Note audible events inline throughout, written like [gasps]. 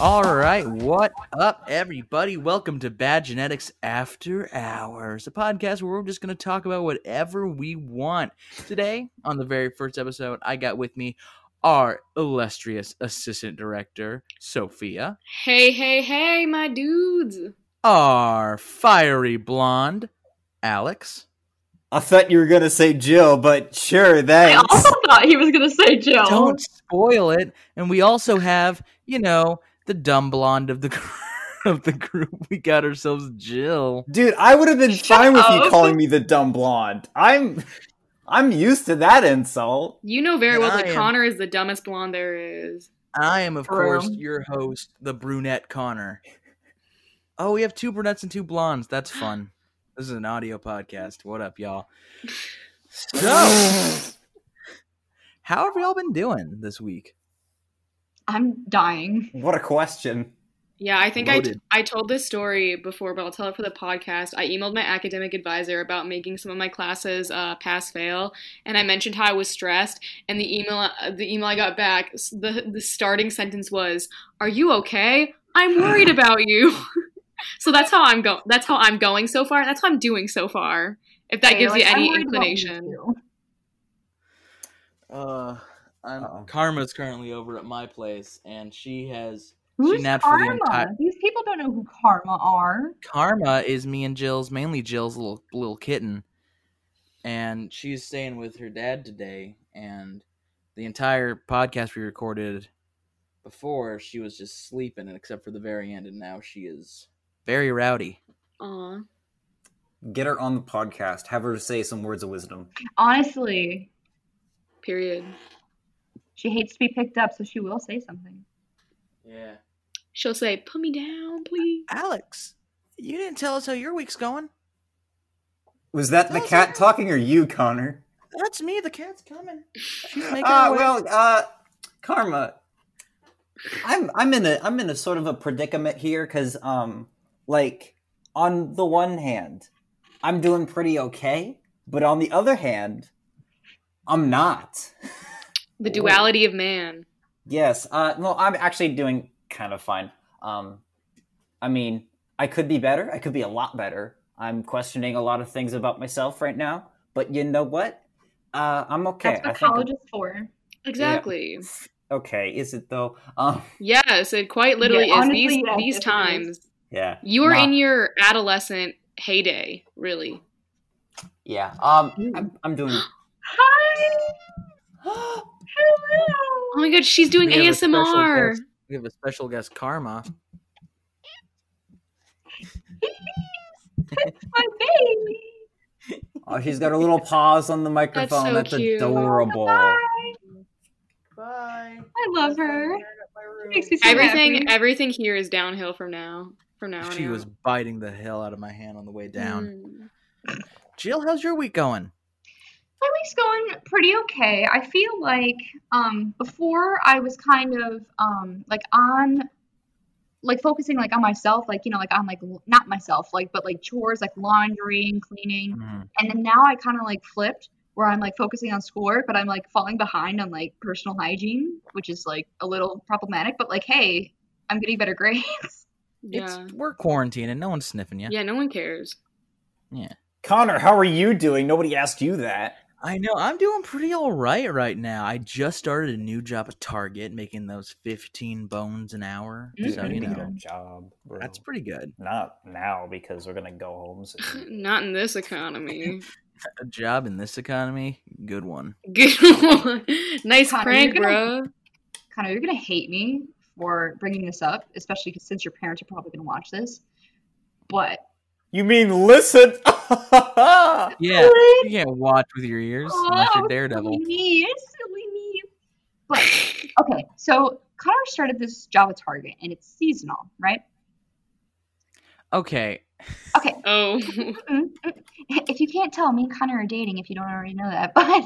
right, what up, everybody? Welcome to Bad Genetics After Hours, a podcast where we're just going to talk about whatever we want. Today, on the very first episode, I got with me our illustrious assistant director, Sophia, Hey, hey, hey, my dudes. our fiery blonde, Alex, I thought you were gonna say Jill, but sure, I also thanks. thought he was going to say Jill. don't spoil it, and we also have, you know, the dumb blonde of the [laughs] gr- of the group. We got ourselves Jill. Dude, I would have been Shut fine with you up. calling me the dumb blonde. I'm I'm used to that insult. You know very well that I am- Connor is the dumbest blonde there is. I am, of course, Broom. your host, the brunette Connor. Oh, we have two brunettes and two blondes. That's fun. This is an audio podcast. What up, y'all? So, how have y'all been doing this week? I'm dying. what a question. Yeah, I think I, t- Loaded. I told this story before, but I'll tell it for the podcast. I emailed my academic advisor about making some of my classes uh, pass fail, and I mentioned how I was stressed. And the email uh, the email I got back s- the the starting sentence was, "Are you okay? I'm [sighs] worried about you." [laughs] so that's how I'm go. That's how I'm going so far. and That's how I'm doing so far. If that Okay, gives like, you I'm any worried about you inclination. too. Uh, I'm, Uh-oh. Karma's currently over at my place, and she has. Who's napped for the Karma? entire- These people don't know who Karma are. Karma is me and Jill's, mainly Jill's little little kitten, and she's staying with her dad today. And the entire podcast we recorded before, she was just sleeping, except for the very end, and now she is very rowdy. Aw. Get her on the podcast. Have her say some words of wisdom. Honestly, Period. she hates to be picked up, so she will say something. Yeah, She'll say, "Put me down, please." Alex, you didn't tell us how your week's going. Was that the cat talking or you, Connor? That's me. The cat's coming. [laughs] She's making Uh, well, uh, Karma. I'm I'm in a I'm in a sort of a predicament here because um like on the one hand, I'm doing pretty okay, but on the other hand, I'm not. The Ooh. duality of man. Yes. Uh, no, I'm actually doing kind of fine. Um, I mean, I could be better. I could be a lot better. I'm questioning a lot of things about myself right now. But you know what? Uh, I'm okay. That's what I think. college is for. Exactly. Okay, is it though? Um, [laughs] Yes, it quite literally Yeah, is. honestly, these yes, these it is. times, yeah. you are Nah. in your adolescent heyday, really. Yeah. Um, I'm, I'm [gasps] doing. Hi! Oh Hello! my god, she's doing We have a special ASMR. guest. We have a special guest, Karma. it's my baby! Oh, she's got her little paws on the microphone. That's, so cute. adorable. Hi! Bye. I love her. Makes me so Everything happy. everything here is downhill from now. From now on. She out. was biting the hell out of my hand on the way [laughs] down. Mm. Jill, how's your week going? my week's going pretty okay. I feel like um, before I was kind of um, like on like focusing like on myself, like you know, like on like l- not myself, like but like chores, like laundry and Mm-hmm. cleaning, Mm. and then now I kind of like flipped where I'm like focusing on schoolwork, but I'm like falling behind on like personal hygiene, which is like a little problematic. But like, hey, I'm getting better [laughs] grades. Yeah. It's we're quarantining. No one's sniffing you. Yeah, no one cares. Connor, how are you doing? Nobody asked you that. I know. I'm doing pretty all right right now. I just started a new job at Target, making those 15 bones an hour. Mm, So you need know, a job. that's pretty good. Not now because we're gonna go home soon. [laughs] Not in this economy. A job in this economy, good one. Good one. Nice Connor, prank, you're bro. gonna- Connor, you're gonna hate me for bringing this up, especially 'cause- since your parents are probably gonna watch this. But you mean listen? [laughs] Yeah, Please. you can't watch with your ears unless you're Oh, [laughs] Daredevil. Silly me, silly me. But okay, so Connor started this job at Target, and it's seasonal, right? Okay, Oh, [laughs] Mm, mm. If you can't tell, me and Connor are dating. If you don't already know that, [laughs] but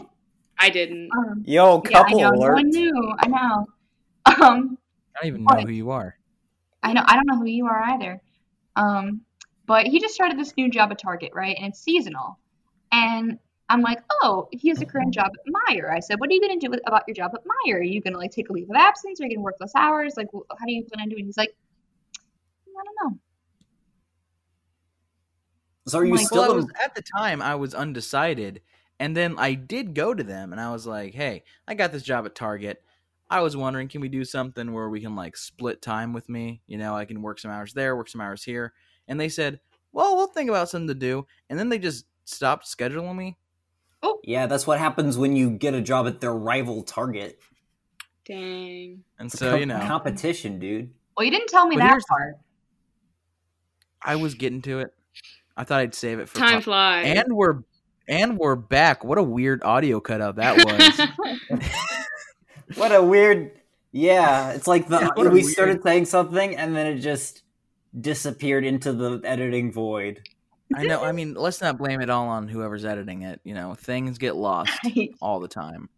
I didn't. um, Yo, yeah, I couple know. No alert. one knew. I know. Um, I don't even know What? who you are. I know. I don't know who you are either. Um, but he just started this new job at Target, right? And it's seasonal. And I'm like, oh, he has a current job at Meyer. I said, what are you going to do with, about your job at Meyer? Are you going to like take a leave of absence? Are you going to work less hours? Like, wh- how do you plan on doing? He's like, I don't know. So are you Like- still? Well, I was, at the time I was undecided, and then I did go to them, and I was like, "Hey, I got this job at Target. I was wondering, can we do something where we can like split time with me? You know, I can work some hours there, work some hours here." And they said, "Well, we'll think about something to do," and then they just stopped scheduling me. yeah, that's what happens when you get a job at their rival Target. Dang. And It's so com- you know, competition, dude. Well, you didn't tell me But that here's- part. I was getting to it. I thought I'd save it for Time pop- flies. and we're and we're back. What a weird audio cutout that [laughs] was. What a weird. Yeah, it's like the Yeah, what a we weird- started saying something and then it just disappeared into the editing void. I know. I mean, let's not blame it all on whoever's editing it. You know, things get lost Right. all the time.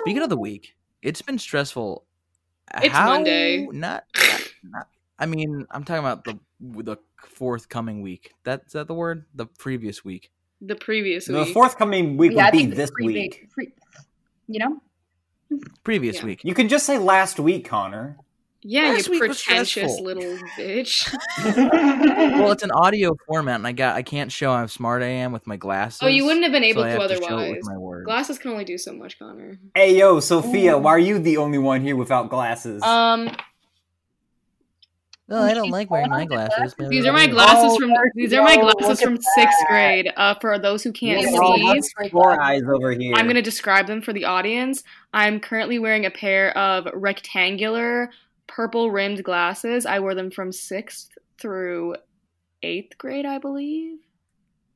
Speaking of the week, it's been stressful. It's Monday. [laughs] Not, not- I mean, I'm talking about the the forthcoming week. That is that the word? The previous week. the previous The week. forthcoming week Yeah, I would be think it's this pretty week. big- pre- you know, Previous Yeah. week. You can just say last week, Connor. yeah, Last you week was pretentious stressful. [laughs] little bitch. [laughs] [laughs] Well, it's an audio format, and I got I can't show how smart I am with my glasses. oh, you wouldn't have been so able I to have show it with otherwise. my words. Glasses can only do so much, Connor. Hey yo, Sophia, Ooh. why are you the only one here without glasses? Um, No, I don't like wearing my glasses. these are my glasses Oh, from there these you are my go. Look glasses at from sixth that. grade. Uh, for those who can't Yeah, We're all see, well, about square eyes over here. I'm going to describe them for the audience. I'm currently wearing a pair of rectangular purple rimmed glasses. I wore them from 6th through 8th grade, I believe.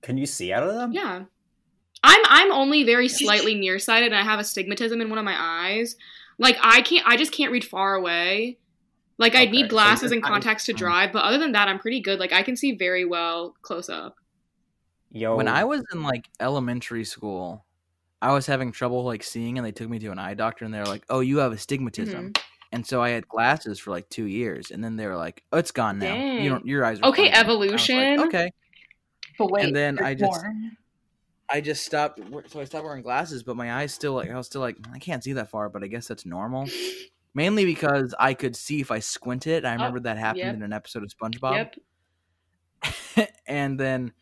Can you see out of them? Yeah. I'm I'm only very slightly nearsighted and I have astigmatism in one of my eyes. Like I can't I just can't read far away. Like I'd Okay, need so glasses you're and fine. contacts to Mm. drive, but other than that I'm pretty good. Like I can see very well close up. Yo. when I was in like elementary school, I was having trouble like seeing, and they took me to an eye doctor, and they were like, "Oh, you have astigmatism," Mm-hmm. and so I had glasses for like two years, and then they were like, "Oh, it's gone now. You don't. Your eyes are Okay, fine now." And I was like, evolution. okay, but wait, And then there's I just- more. I just stopped. wear- So I stopped wearing glasses, but my eyes still like I was still like I can't see that far, but I guess that's [laughs] normal. Mainly because I could see if I squinted. I remember that happened Oh, yep. in an episode of SpongeBob. Yep. [laughs] and then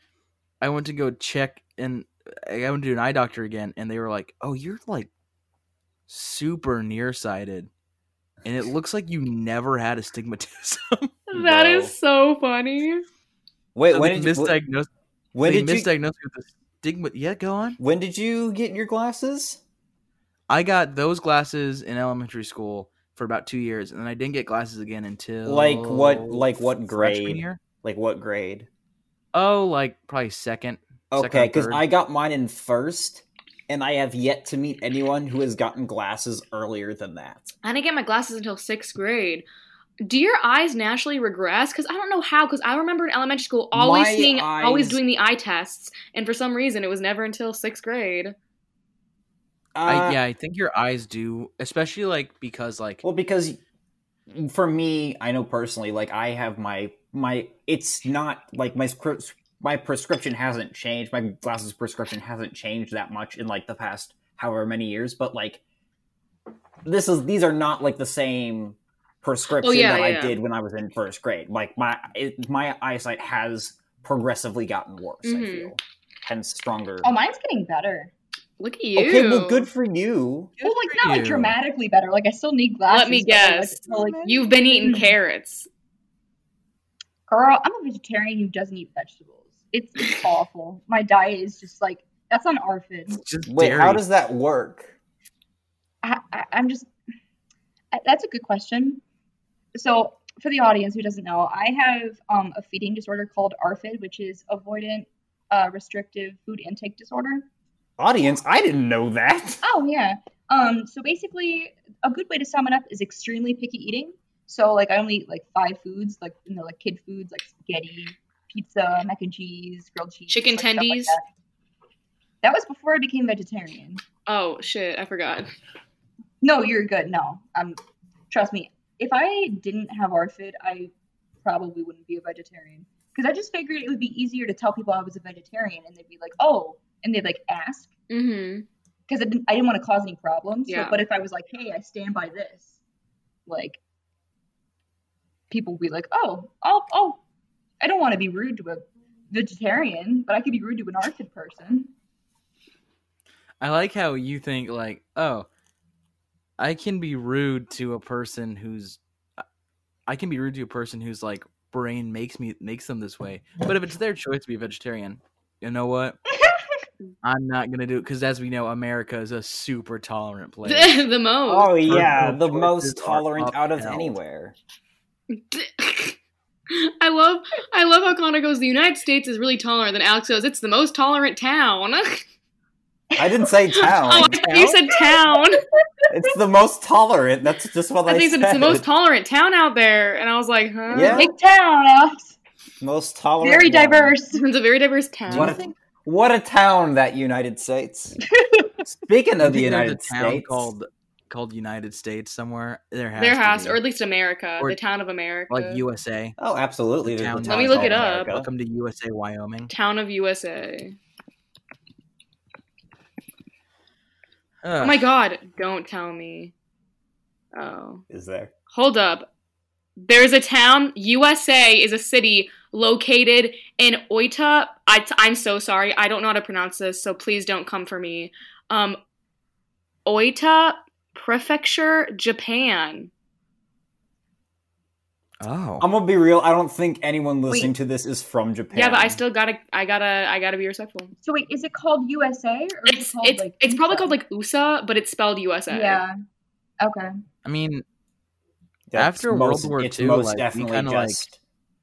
I went to go check and I went to an eye doctor again and they were like, "Oh, you're like super nearsighted." And it looks like you never had astigmatism. That Yo. is so funny. Wait, So [laughs] when they did you wh- misdiagnosed, when they did you misdiagnosed me with astigma. Yeah, go on. when did you get your glasses? I got those glasses in elementary school for about 2 years and then I didn't get glasses again until Like what- like what freshman grade? year. Like what grade? Oh, like probably second. second Okay, or because third. I got mine in first, and I have yet to meet anyone who has gotten glasses earlier than that. I didn't get my glasses until sixth grade. Do your eyes naturally regress? Because I don't know how. Because I remember in elementary school always My seeing, always eyes- doing the eye tests, and for some reason it was never until sixth grade. I, Uh, yeah, I think your eyes do, especially like because like Well, because for me, I know personally, like I have my my. It's not like my scripts. My prescription hasn't changed. My glasses prescription hasn't changed that much in like the past however many years. But like, this is these are not like the same prescription yeah, that yeah. I did when I was in first grade. Like my it, my eyesight has progressively gotten worse. I Mhm. feel, hence stronger. Oh, mine's getting better. Look at you. okay, well, good for you. Good Well, like for not like you. dramatically better. Like I still need glasses. Let me but, like, I guess. still, like, You've been eating Mm. carrots. girl, I'm a vegetarian who doesn't eat vegetables. It's, [laughs] it's awful. My diet is just like that's on ARFID. It's just Wait, dairy. how does that work? I, I, I'm just. I, that's a good question. So, for the audience who doesn't know, I have um, a feeding disorder called ARFID, which is avoidant uh, restrictive food intake disorder. Audience, I didn't know that. [laughs] Oh yeah. Um. So basically, a good way to sum it up is extremely picky eating. So like, I only eat like five foods, like you know, like kid foods, like spaghetti, pizza, mac and cheese, grilled cheese, Chicken like, stuff like tendies? that. That was before I became vegetarian. Oh shit, I forgot. No, you're good. No, um, trust me. If I didn't have ARFID, I probably wouldn't be a vegetarian because I just figured it would be easier to tell people I was a vegetarian, and they'd be like, "Oh," and they'd like ask. Mm-hmm. because I didn't, I didn't want to cause any problems. so- Yeah. but if I was like, hey, I stand by this, like, people will be like, oh, I'll, I'll, I don't want to be rude to a vegetarian, but I could be rude to an Arctic person. [laughs] I like how you think like, oh, I can be rude to a person who's, I can be rude to a person who's like brain makes me makes them this way. But if it's their choice to be a vegetarian, you know what? I'm not gonna do it because, as we know, America is a super tolerant [laughs] place. the, the most. Oh yeah, the choices most are tolerant out of upheld. anywhere. [laughs] I love I love how Connor goes. The United States is really tolerant. Then Alex goes, "It's the most tolerant town." [laughs] oh, I [laughs] didn't say town. I thought you said [laughs] town. It's the most tolerant. That's just what I, I think said. it's the most tolerant town out there, and I was like, "Huh?" Yeah. Big town, Alex. Most tolerant. Very one. diverse. It's a very diverse town. What a, what a town that United States. Speaking of the There's a United town States, called called United States somewhere. There has Their to house, be. or at least America, Or- the town of America, like USA. oh, absolutely. there's a Town. town Let me look called it up. America. Welcome to USA, Wyoming. town of USA. Ugh. Oh my God! Don't tell me. Oh, Is there? hold up. There's a town. USA is a city located in Oita. I, I'm so sorry. I don't know how to pronounce this, so please don't come for me. Um, Oita Prefecture, Japan. Oh, I'm gonna be real. I don't think anyone listening Wait. to this is from Japan. Yeah, but I still gotta, I gotta, I gotta be respectful. So wait, is it called USA or is It's it called it's like it's probably USA? called like USA, but it's spelled USA. Yeah. Okay. I mean, That's after World War it's II, most like, we definitely kinda, like, just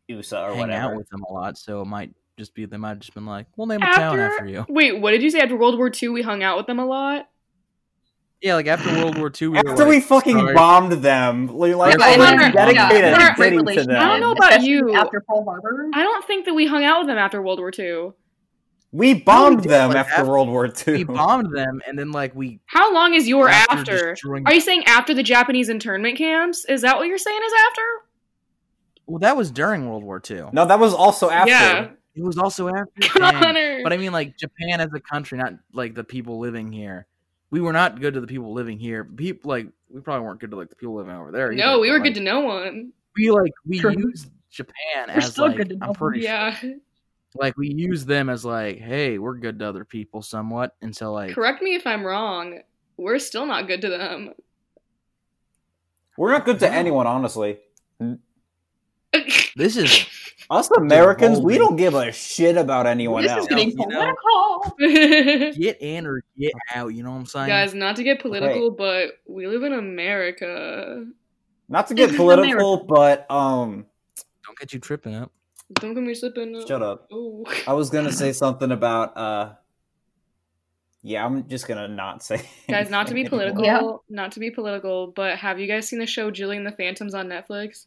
USA or hang out whatever. with them a lot, so it might just be they might have just been like, "We'll name a town After, after you." wait, what did you say? After World War II, we hung out with them a lot. Yeah, like after World War II, we were After like, we fucking sorry. bombed them, we like Yeah, oh, but we're Connor- dedicated yeah, and Connor- gritty to them. I don't know about Especially you. After Pearl Harbor. I don't think that we hung out with them after World War II. We bombed did, them like, after, after- World War II. we bombed them, and then like we How long is your after? destroying- Are you saying after the Japanese internment camps? Is that what you're saying is after? well, that was during World War II. no, that was also after. Yeah. It was also [laughs] after. Dang. Connor. But I mean, like Japan as a country, not like the people living here. We were not good to the people living here. People like we probably weren't good to like the people living over there. no, we were good to. to no one. we like we True. use Japan We're as still like good to I'm know. pretty sure, Yeah. like we use them as like hey we're good to other people somewhat and so like Correct me if I'm wrong. We're still not good [laughs] to them. We're not good to No. anyone, honestly. this is [laughs] Us Americans, we Holy. don't give a shit about anyone this else. is getting You know? political. get in or get out you know what I'm saying Guys, not to get political, but we live in America. Not to [laughs] This get is political, but um, don't get you tripping [laughs] up Don't get me slipping. shut up. [laughs] Oh. I was gonna say something about uh, yeah, I'm just gonna not say. [laughs] Guys, not to be anything political, anymore. Yeah. not to be political, but have you guys seen the show Julie and the Phantoms on Netflix?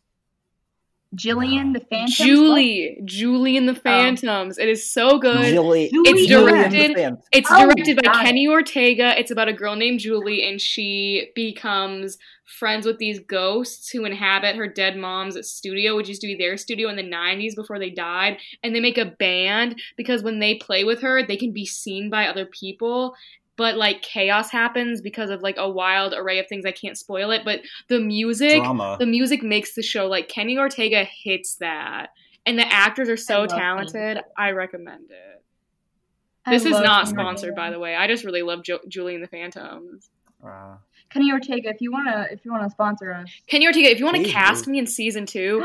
Jillian the Phantom. Julie, Julie Oh. and the Phantoms. It is so good. Julie, It's Julie and directed- the fans. It's Oh, directed by got it. Kenny Ortega. It's about a girl named Julie, and she becomes friends with these ghosts who inhabit her dead mom's studio, which used to be their studio in the 90s before they died. And they make a band because when they play with her, they can be seen by other people. But like chaos happens because of like a wild array of things. I can't spoil it, but the music, drama. the music makes the show like Kenny Ortega hits that. And the actors are I so love Kenny talented. I recommend it. I This is love not Kenny sponsored, by Ortega. the way. I just really love jo- Julie and the Phantoms. Uh, Kenny Ortega, if you wanna, if you wanna sponsor us, Kenny Ortega, if you want to Please cast do. me in season [gasps] two,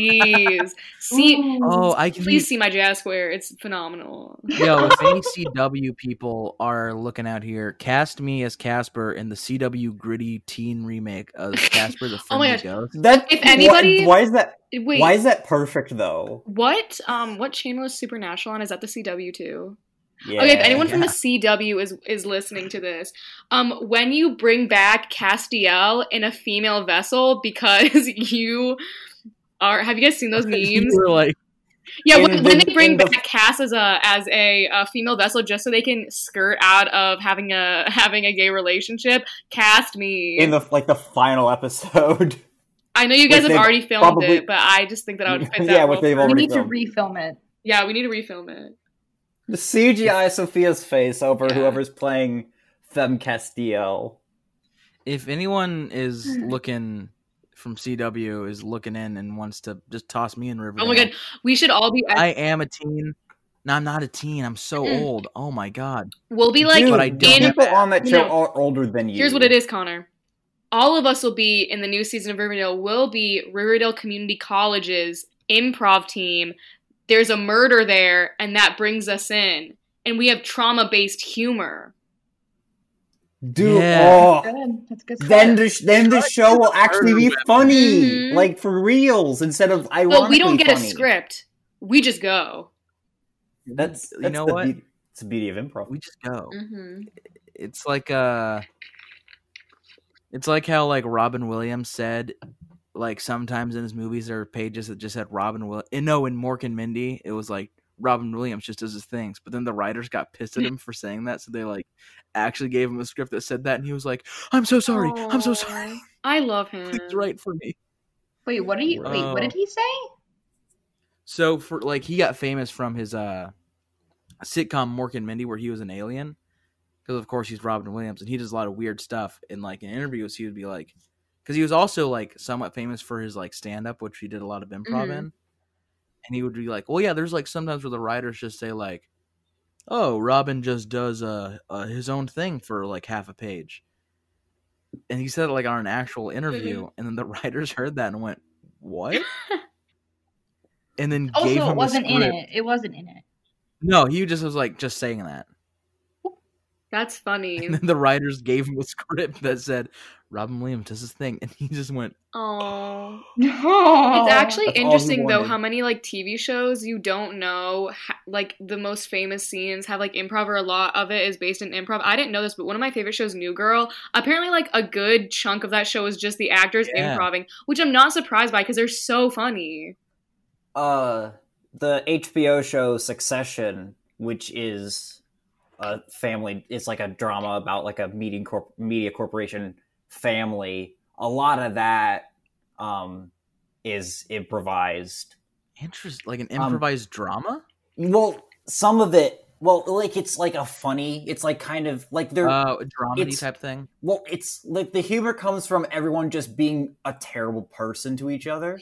please see. Ooh. oh I can Please see my jazz square. It's phenomenal. yo if any CW people are looking out here cast me as Casper in the CW gritty teen remake of [laughs] Casper the Oh my Friendly Ghost that If anybody- why, why is that? Wait, Why is that perfect though? what? Um, what channel is Supernatural on? Is that the CW too? Yeah. okay, if anyone from the yeah. CW is is listening to this, um, when you bring back Castiel in a female vessel because [laughs] you are, have you guys seen [laughs] those you [laughs] memes? were like Yeah, in when, when the- they bring in the- back Cass as a as a, uh female vessel just so they can skirt out of having a [laughs] having a gay relationship, cast me. in the like the final episode. I know you which guys have they've already filmed probably- it, but I just think that [laughs] I would fit that. Yeah, yeah, which they've we already need to filmed. refilm it. yeah, we need to refilm it. The CGI Sophia's face over Yeah. whoever's playing Femme Castiel. [laughs] if anyone is looking from CW is looking in and wants to just toss me in river. Oh my god, we should all be. I am a teen. No, I'm not a teen. I'm so Mm. old. Oh my god. We'll be like. Dude, but I don't- people on that show No. are older than you. Here's what it is, Connor. All of us will be in the new season of Riverdale. Will be Riverdale Community College's improv team. There's a murder there, and that brings us in, and we have trauma-based humor. Dude, Yeah. oh, Good. That's good. then stuff. the sh- then the show will actually be funny, Mhm. like for reals, instead of I. But we don't get a script. We just go. That's, You that's know the what? Beauty, it's the beauty of improv. We just go. Mm-hmm. It's like uh It's like how like Robin Williams said like sometimes in his movies there are pages that just had Robin Will and no in Mork and Mindy it was like Robin Williams just does his things but then the writers got pissed at him for saying that so they like actually gave him a script that said that and he was like I'm so sorry I'm so sorry I love him. please write for me Wait, what are you? Wait, Oh. what did he say? So for like he got famous from his uh sitcom Mork and Mindy where he was an alien because of course he's Robin Williams and he does a lot of weird stuff and like in interviews he would be like because he was also like somewhat famous for his like stand up which he did a lot of improv Mhm. in and he would be like well yeah there's like sometimes where the writers just say like oh Robin just does uh, uh his own thing for like half a page and he said it like on an actual interview and then the [laughs] writers heard that and went [laughs] what and then gave Also, him Oh, it wasn't a in script. it. It wasn't in it. No, he just was like just saying that. [laughs] That's funny. And then the writers gave him a script that said Robin Williams does his thing, and he just went. Oh, No. [laughs] it's [laughs] actually That's all he interesting though wanted. how many like TV shows you don't know ha- like the most famous scenes have like improv or a lot of it is based in improv. I didn't know this, but one of my favorite shows, New Girl, apparently like a good chunk of that show is just the actors Yeah. improvising, which I'm not surprised by because they're so funny. [laughs] uh the HBO show Succession, which is a family it's like a drama about like a meeting corp- media corporation family. A lot of that um is improvised. Interest like an Um, improvised drama. Well, some of it well like it's like a funny it's like kind of like they're Uh, a dramedy it's- type [gasps] thing. well it's like the humor comes from everyone just being a terrible person to each other.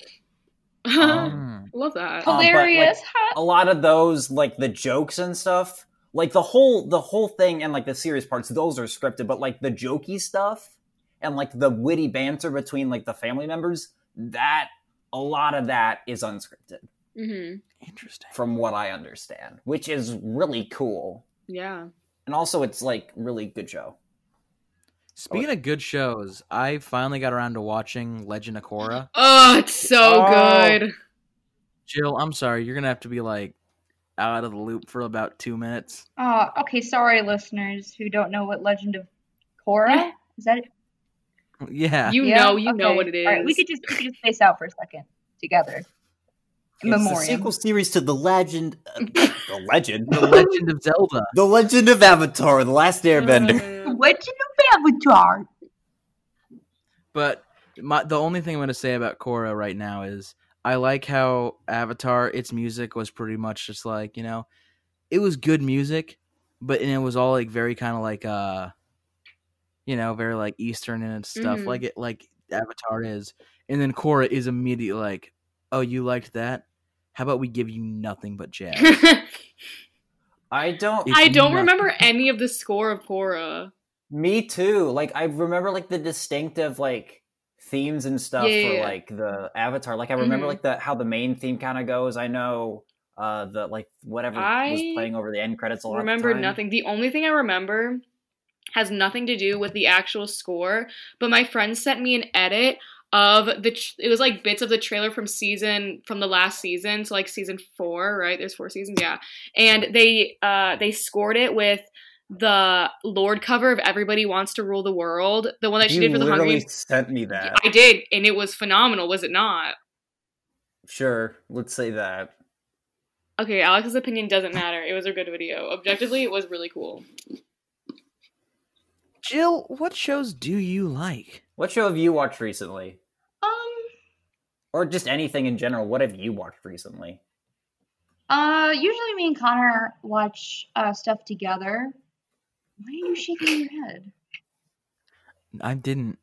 Hmm, Um, Love Uh, that. Oh. hilarious. [laughs] huh? a lot of those like the jokes and stuff like the whole the whole thing and like the serious parts those are scripted but like the jokey stuff and like the witty banter between like the family members that a lot of that is unscripted hmm Interesting. from what i understand which is really cool Yeah. and also it's like really good show Speaking of good shows, I finally got around to watching Legend of Korra. Oh, it's so Oh. good. Jill, I'm sorry, you're gonna have to be like out of the loop for about two minutes. [laughs] Uh, okay, sorry, listeners who don't know what Legend of Korra is. That Yeah, You Yeah? know, you know Okay. what it is. All right, [laughs] we could just we could just space out for a second together. In it's the memoriam. sequel series to the [laughs] legend uh, the legend The Legend of Zelda. the legend of avatar the last [laughs] airbender Uh, Legend of Avatar. But my, the only thing I'm going to say about Korra right now is I like how Avatar, its music was pretty much just like, you know, it was good music, but and it was all like very kind of like uh you know, very like eastern and stuff Mhm. like it like Avatar is. And then Korra is immediately like, "Oh, you liked that? How about we give you nothing but jazz?" [laughs] i don't It's I don't nothing. remember any of the score of Korra. Me too. Like I remember like the distinctive like themes and stuff Yeah, yeah, for yeah. like the Avatar. Like I remember Mhm. like the how the main theme kind of goes. I know uh the like whatever was I playing over the end credits a lot. of the remembered time. nothing. The only thing I remember has nothing to do with the actual score, but my friend sent me an edit of the tr- it was like bits of the trailer from season from the last season, so like season 4, right? There's 4 seasons, yeah. And they uh they scored it with the Lord cover of Everybody Wants to Rule the World, the one that she You did for the Hunger literally Games. sent me that. I did, and it was phenomenal, was it not? Sure, let's say that. Okay, Alex's opinion doesn't matter. It was a good video. Objectively, it was really cool. Jill, what shows do you like? What show have you watched recently, Um. or just anything in general? What have you watched recently? Uh, usually me and Connor watch uh, stuff together. Why are you shaking your head? I didn't.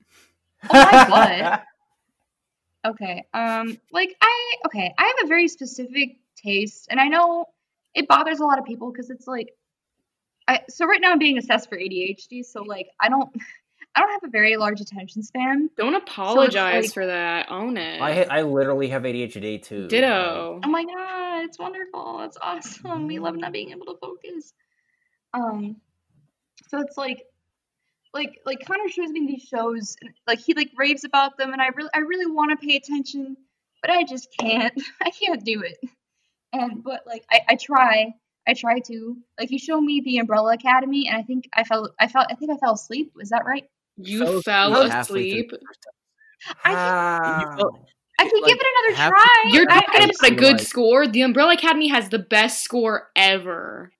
Oh, I Okay. Um like I okay, I have a very specific taste and I know it bothers a lot of people cuz it's like I so right now I'm being assessed for ADHD, so like I don't [laughs] I don't have a very large attention span. Don't apologize like- for that. Own it. [laughs] I I literally have ADHD too. Ditto. Oh my god, it's wonderful. It's awesome. We love not being able to focus. Um so it's like like like Connor shows me these shows and like he like raves about them and I really I really want to pay attention, but I just can't. [laughs] I can't do it. And but like I, I try. I try to. Like you show me the Umbrella Academy and I think I fell I fell I think I fell asleep. Was that right? You So fell sweet. Halfway through asleep. the first I Ah. I can Like, give it another half- try. You're I- I talking just- about a good realized- score. The Umbrella Academy has the best score ever.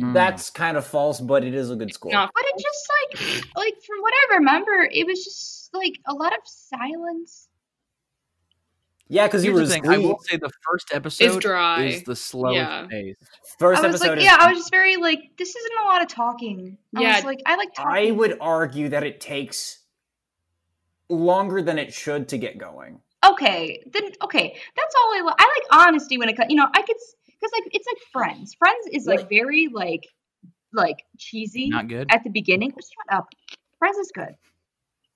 time. Um, That's kind of false, but it is a good score. Not But it just like like from what I remember, it was just like a lot of silence. Yeah, because you Here's were the thing. I will asleep. say the first episode It's dry. is the slowest Yeah. pace. First I was episode like, is yeah, I was just very like, this isn't a lot of talking. I Yeah. was like, I like I talking. would argue that it takes longer than it should to get going. okay, then okay, that's all I like. I like honesty when it comes. You know, I could because like it's like Friends. Friends is like Right. very like like cheesy Not good. at the beginning. Oh, shut up. Friends is good.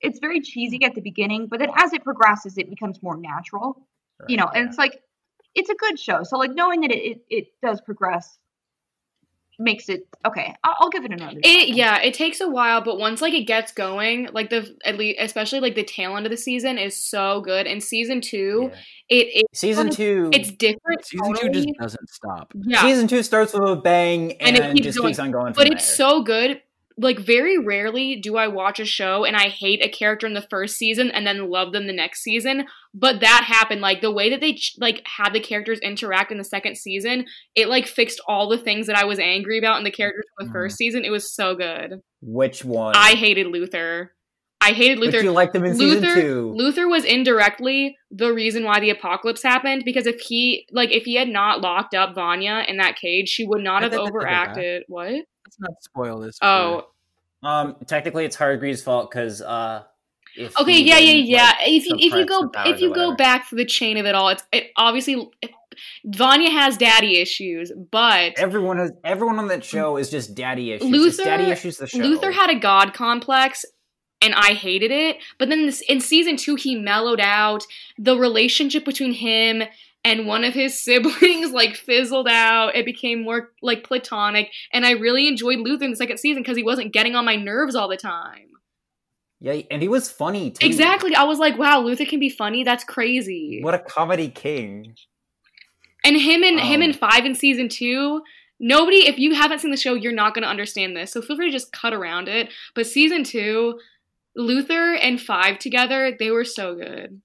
It's very cheesy at the beginning, but then as it progresses, it becomes more natural. you know, and it's like it's a good show. So like knowing that it it, it does progress makes it okay. I'll, I'll give it another. It try. yeah, it takes a while, but once like it gets going, like the at least especially like the tail end of the season is so good. And season two, it, it Season two. it's different. Season two just tonally. doesn't stop. yeah, Season two starts with a bang And and, it keeps just going. keeps on going. but from it's there. so good. Like very rarely do I watch a show and I hate a character in the first season and then love them the next season. But that happened. Like the way that they ch- like had the characters interact in the second season, it like fixed all the things that I was angry about in the characters from the Mhm. first season. It was so good. Which one? I hated Luther. I hated But Luther. you liked him in Luther season two. Luther was indirectly the reason why the apocalypse happened because if he like if he had not locked up Vanya in that cage, she would not I have think they did that. overacted. What? Let's not spoil this. for- Oh, um, technically, it's Hargreaves' fault because uh, if okay, he yeah, yeah, didn't, yeah. like, if you if you suppress the go if powers you or go whatever. back to the chain of it all, it's it obviously Vanya has daddy issues, but everyone has everyone on that show is just daddy issues. It's Luther- daddy issues. The show. Luther had a god complex and I hated it. But then this, in season 2 he mellowed out. The relationship between him and one of his [laughs] siblings like fizzled out. It became more like platonic and I really enjoyed Luther in the second season cuz he wasn't getting on my nerves all the time. yeah, and he was funny too. Exactly. I was like, "Wow, Luther can be funny. That's crazy." What a comedy king. And him and him Um, and five in season two. Nobody, if you haven't seen the show, you're not going to understand this. So feel free to just cut around it. But season two, Luther and Five together, they were so good.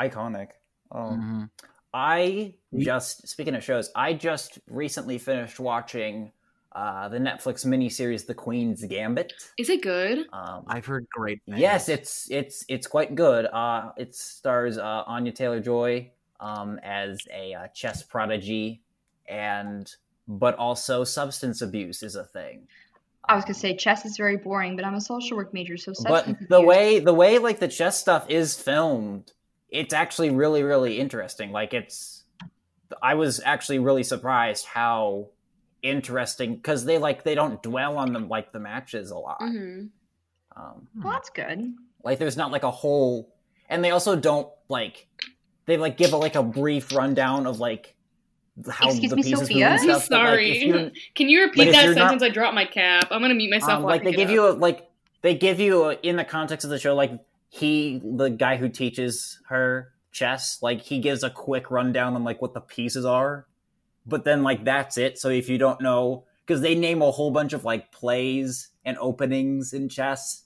Iconic. Oh. Mhm. I We- just speaking of shows, I just recently finished watching uh, the Netflix miniseries The Queen's Gambit. Is it good? Um, I've heard great things. yes, it's it's it's quite good. Uh, it stars uh, Anya Taylor Joy um, as a uh, chess prodigy, and but also substance abuse is a thing. I was gonna Um, say chess is very boring, but I'm a social work major, so but substance the abuse- way the way like the chess stuff is filmed it's actually really really interesting like it's i was actually really surprised how interesting because they like they don't dwell on them like the matches a lot Mm-hmm. hmm um, Hmm. well, that's good. like there's not like a whole and they also don't like they like give a like a brief rundown of like how Excuse the me, pieces move Sophia? and I'm I'm stuff, but, like, if sorry. you- Can you but repeat if that you're not- sentence? I dropped my cap. I'm going to mute myself. Um, while I like they pick it give up. you a, like they give you a, in the context of the show like he the guy who teaches her chess like he gives a quick rundown on like what the pieces are but then like that's it so if you don't know because they name a whole bunch of like plays and openings in chess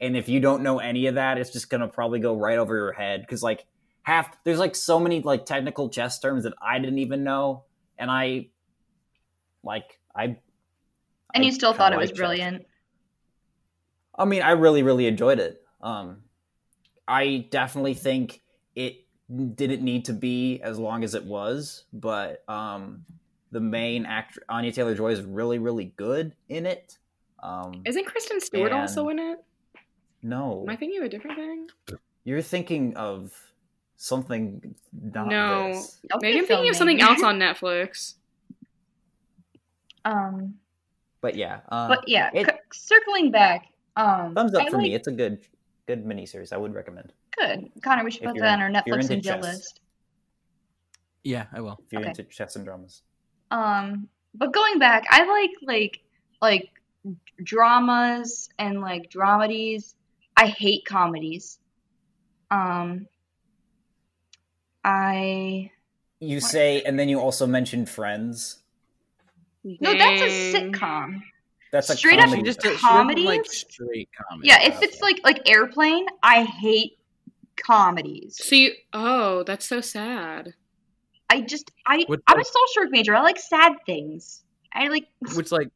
and if you don't know any of that it's just gonna probably go right over your head because like half there's like so many like technical chess terms that i didn't even know and i like i And I you still thought it kinda was like chess. brilliant. I mean, I really, really enjoyed it. Um, I definitely think it didn't need to be as long as it was, but um, the main actor, Anya Taylor Joy, is really, really good in it. Um, Isn't Kristen Stewart And- also in it? no, Am I thinking of a different thing? you're thinking of Something not No. this. Maybe I'm thinking of something else on Netflix. Um, But yeah. Uh, but yeah, it- c- circling back. Um, thumbs up I for me. like- It's a good good miniseries. I would recommend Good, Connor. We should If put you're that on our in- if you're Netflix into and chill chess. list. Yeah, I will. if you're Okay. into chess and dramas. Um, but going back, I like like like dramas and like dramedies. I hate comedies. Um, I You say, and then you also mentioned Friends. no, that's a Dang. sitcom. That's a Straight up comedy. She just did, she did Comedies? like straight comedy. Yeah, if Okay. it's like like Airplane, I hate comedies. See, oh, that's so sad. I just I What I'm a type- social work major. I like sad things. I like which like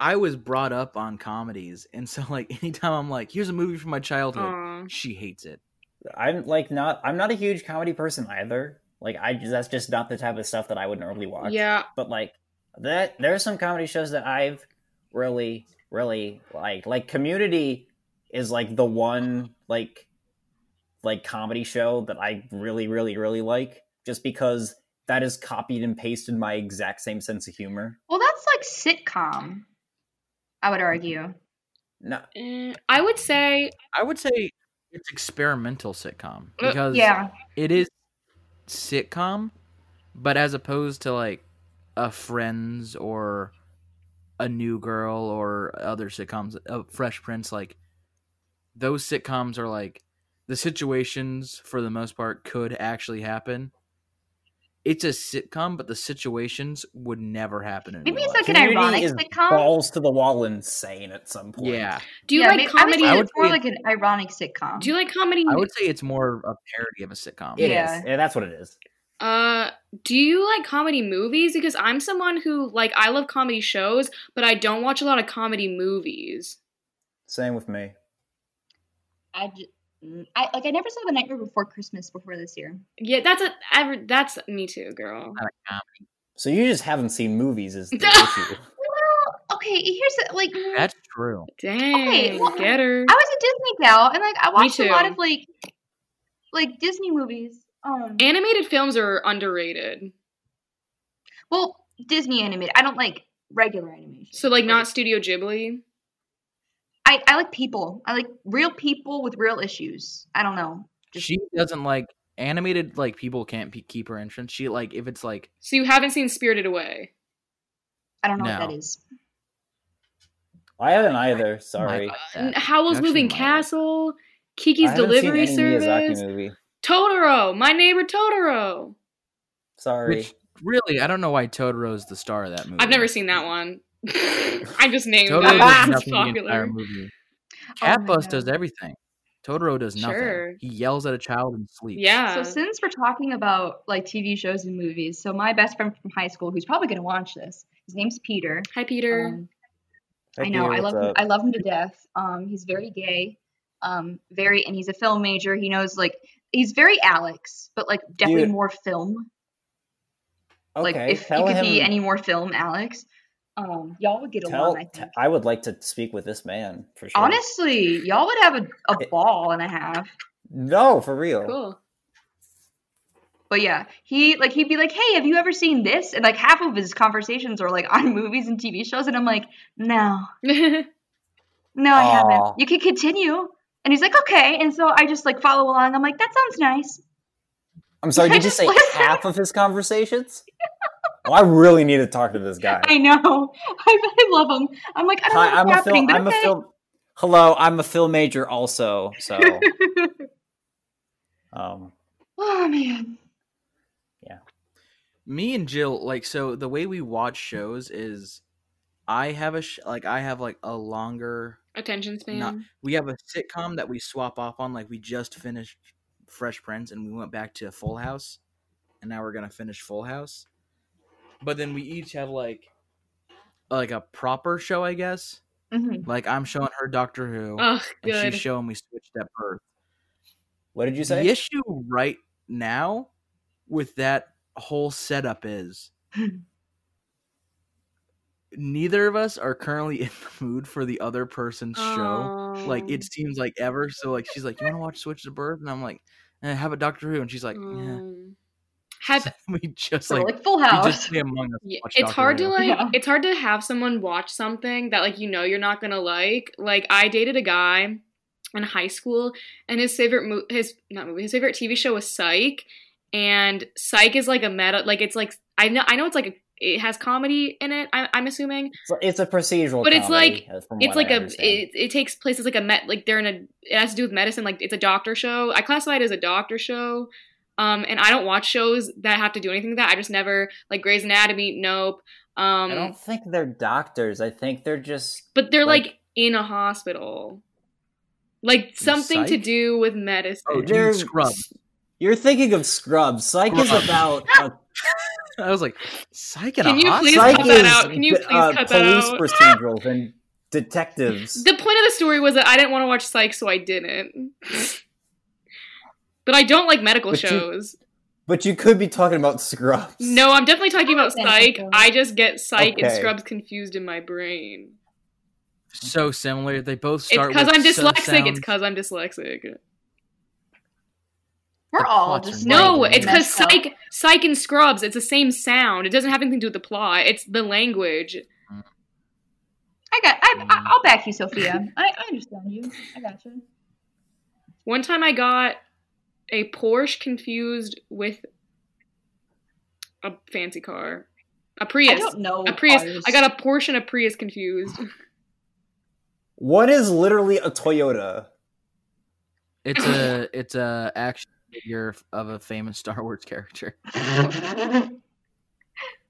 I was brought up on comedies, and so like [laughs] anytime I'm like, here's a movie from my childhood, Aw. she hates it. I'm like not. I'm not a huge comedy person either. Like I, that's just not the type of stuff that I would normally watch. Yeah, But like that, there are some comedy shows that I've really, really liked. Like Community is like the one like like comedy show that I really, really, really like, just because that is copied and pasted my exact same sense of humor. well, that's like sitcom. I would argue. No, Eh, I would say I would say it's experimental sitcom Uh, because Yeah, it is sitcom, but as opposed to like a Friends or a New Girl or other sitcoms, uh, Fresh Prince, like those sitcoms are like the situations for the most part could actually happen. It's a sitcom, but the situations would never happen. In Maybe real it's life. like an ironic sitcom? balls to the wall insane at some point. yeah. do you Yeah, like maybe- I would comedy? say I would it's more say- like an ironic sitcom. do you like comedy? I would say it's more a parody of a sitcom. It is. Yeah. Yeah, that's what it is. Uh, do you like comedy movies? Because I'm someone who like I love comedy shows, but I don't watch a lot of comedy movies. Same with me. I, ju- I like I never saw The Nightmare Before Christmas before this year. Yeah, that's a ever that's me too, girl. So you just haven't seen movies is the issue. Well, okay, here's the, like I That's true. Dang, Okay, well, get her. was a Disney gal and like I watched a too. lot of like like Disney movies. Um, Animated films are underrated. well, Disney animated. I don't like regular animation. So like not Studio Ghibli. I I like people. I like real people with real issues. I don't know. She doesn't like animated. Like people can't pe- keep her entrance. She like if it's like So you haven't seen Spirited Away. I don't know No. what that is. I haven't oh either. Sorry. my God, N- that- Howl's Actually, Moving my- Castle, I Kiki's haven't Delivery seen any Miyazaki Service, movie. Totoro, My Neighbor Totoro. Sorry. Which really, I don't know why Totoro's the star of that movie. I've never seen that one. [laughs] I just named Totoro that. [laughs] does That's nothing the entire popular. Oh movie. Oh my Catbus God. does everything. Totoro does nothing. Sure. He yells at a child and sleeps. Yeah. So since we're talking about like TV shows and movies, so my best friend from high school, who's probably gonna watch this, his name's Peter. Hi, Peter. Um, I know. I love him. I love him to death. Um, he's very gay. Um, very, and he's a film major. He knows like he's very Alex, but like definitely Dude. more film. okay, like if tell you could him, be any more film, Alex, um, y'all would get tell, along. I t- think. I would like to speak with this man for sure. Honestly, y'all would have a, a ball and a half. No, for real. cool. [laughs] But yeah, he like he'd be like, "Hey, have you ever seen this?" And like half of his conversations are like [laughs] on movies and TV shows, and I'm like, "No, No, I Aw. haven't. You can continue. And he's like, okay. And so I just like follow along. I'm like, that sounds nice. I'm sorry. I [laughs] Did you just say listened. half of his conversations? well, I really need to talk to this guy. I know. [laughs] I, I love him. I'm like, I don't Hi, know I'm what's a film. happening, but I'm okay. a film. Hello, I'm a film major also. [laughs] So, um, Oh man. me and Jill like so the way we watch shows is I have a sh- like I have like a longer Attention span. Not- we have a sitcom that we swap off on. Like we just finished Fresh Prince and we went back to Full House, and now we're gonna finish Full House. But then we each have like like a proper show, I guess. Mhm. Like I'm showing her Doctor Who, Ugh, and Oh, good. she's showing me Switched at Birth. what did you say? The issue right now with that whole setup is. Neither of us are currently in the mood for the other person's show like Oh. it seems like ever. So like she's like, "You want to watch Switch to Birth?" And I'm like, eh, how about Doctor Who? And she's like, yeah. Um, have [laughs] we just So, like, like, Full we House. just stay among us. and yeah, watch it's Doctor hard Who. to like Yeah. it's hard to have someone watch something that like you know you're not gonna like like i dated a guy in high school and his favorite mo- his not movie his favorite tv show was psych and psych is like a meta like it's like i know i know it's like a, it has comedy in it I, i'm assuming So it's a procedural, But it's comedy, uh, from it's what like I a understand. it, it takes place as like a met like they're in a it has to do with medicine like it's a doctor show i classify it as a doctor show um and i don't watch shows that have to do anything with that i just never like grey's anatomy nope I um don't think they're doctors. I think they're just but they're like, like- in a hospital like something to Psych? do with medicine Oh, dude, They're- Scrubs. You're thinking of Scrubs. Psych is Scrubs. [laughs] about a [laughs] I was like, psych in Can a you hot please psych cut Psych that is, out. Can you please uh, cut that police out? procedurals and detectives. the point of the story was that i didn't want to watch psych so i didn't [laughs] but i don't like medical But you- shows But you could be talking about Scrubs. No, I'm definitely talking about That's psych. different. I just get psych and Okay. scrubs confused in my brain. [laughs] so similar. They both It's start because with I'm so dyslexic. It's sounds- because I'm dyslexic. We're The all plots are just No, Right. it's because messed up. psych, psych and scrubs. It's the same sound. It doesn't have anything to do with the plot. It's the language. I got. I, I- I'll back you, Sophia. I, I understand you. I got you. One time, I got a Porsche confused with a fancy car, a I Prius. don't know. A Prius. cars. I got a Porsche and a Prius confused. What is literally a Toyota? It's a it's a action figure of a famous [laughs] Star Wars character. [laughs]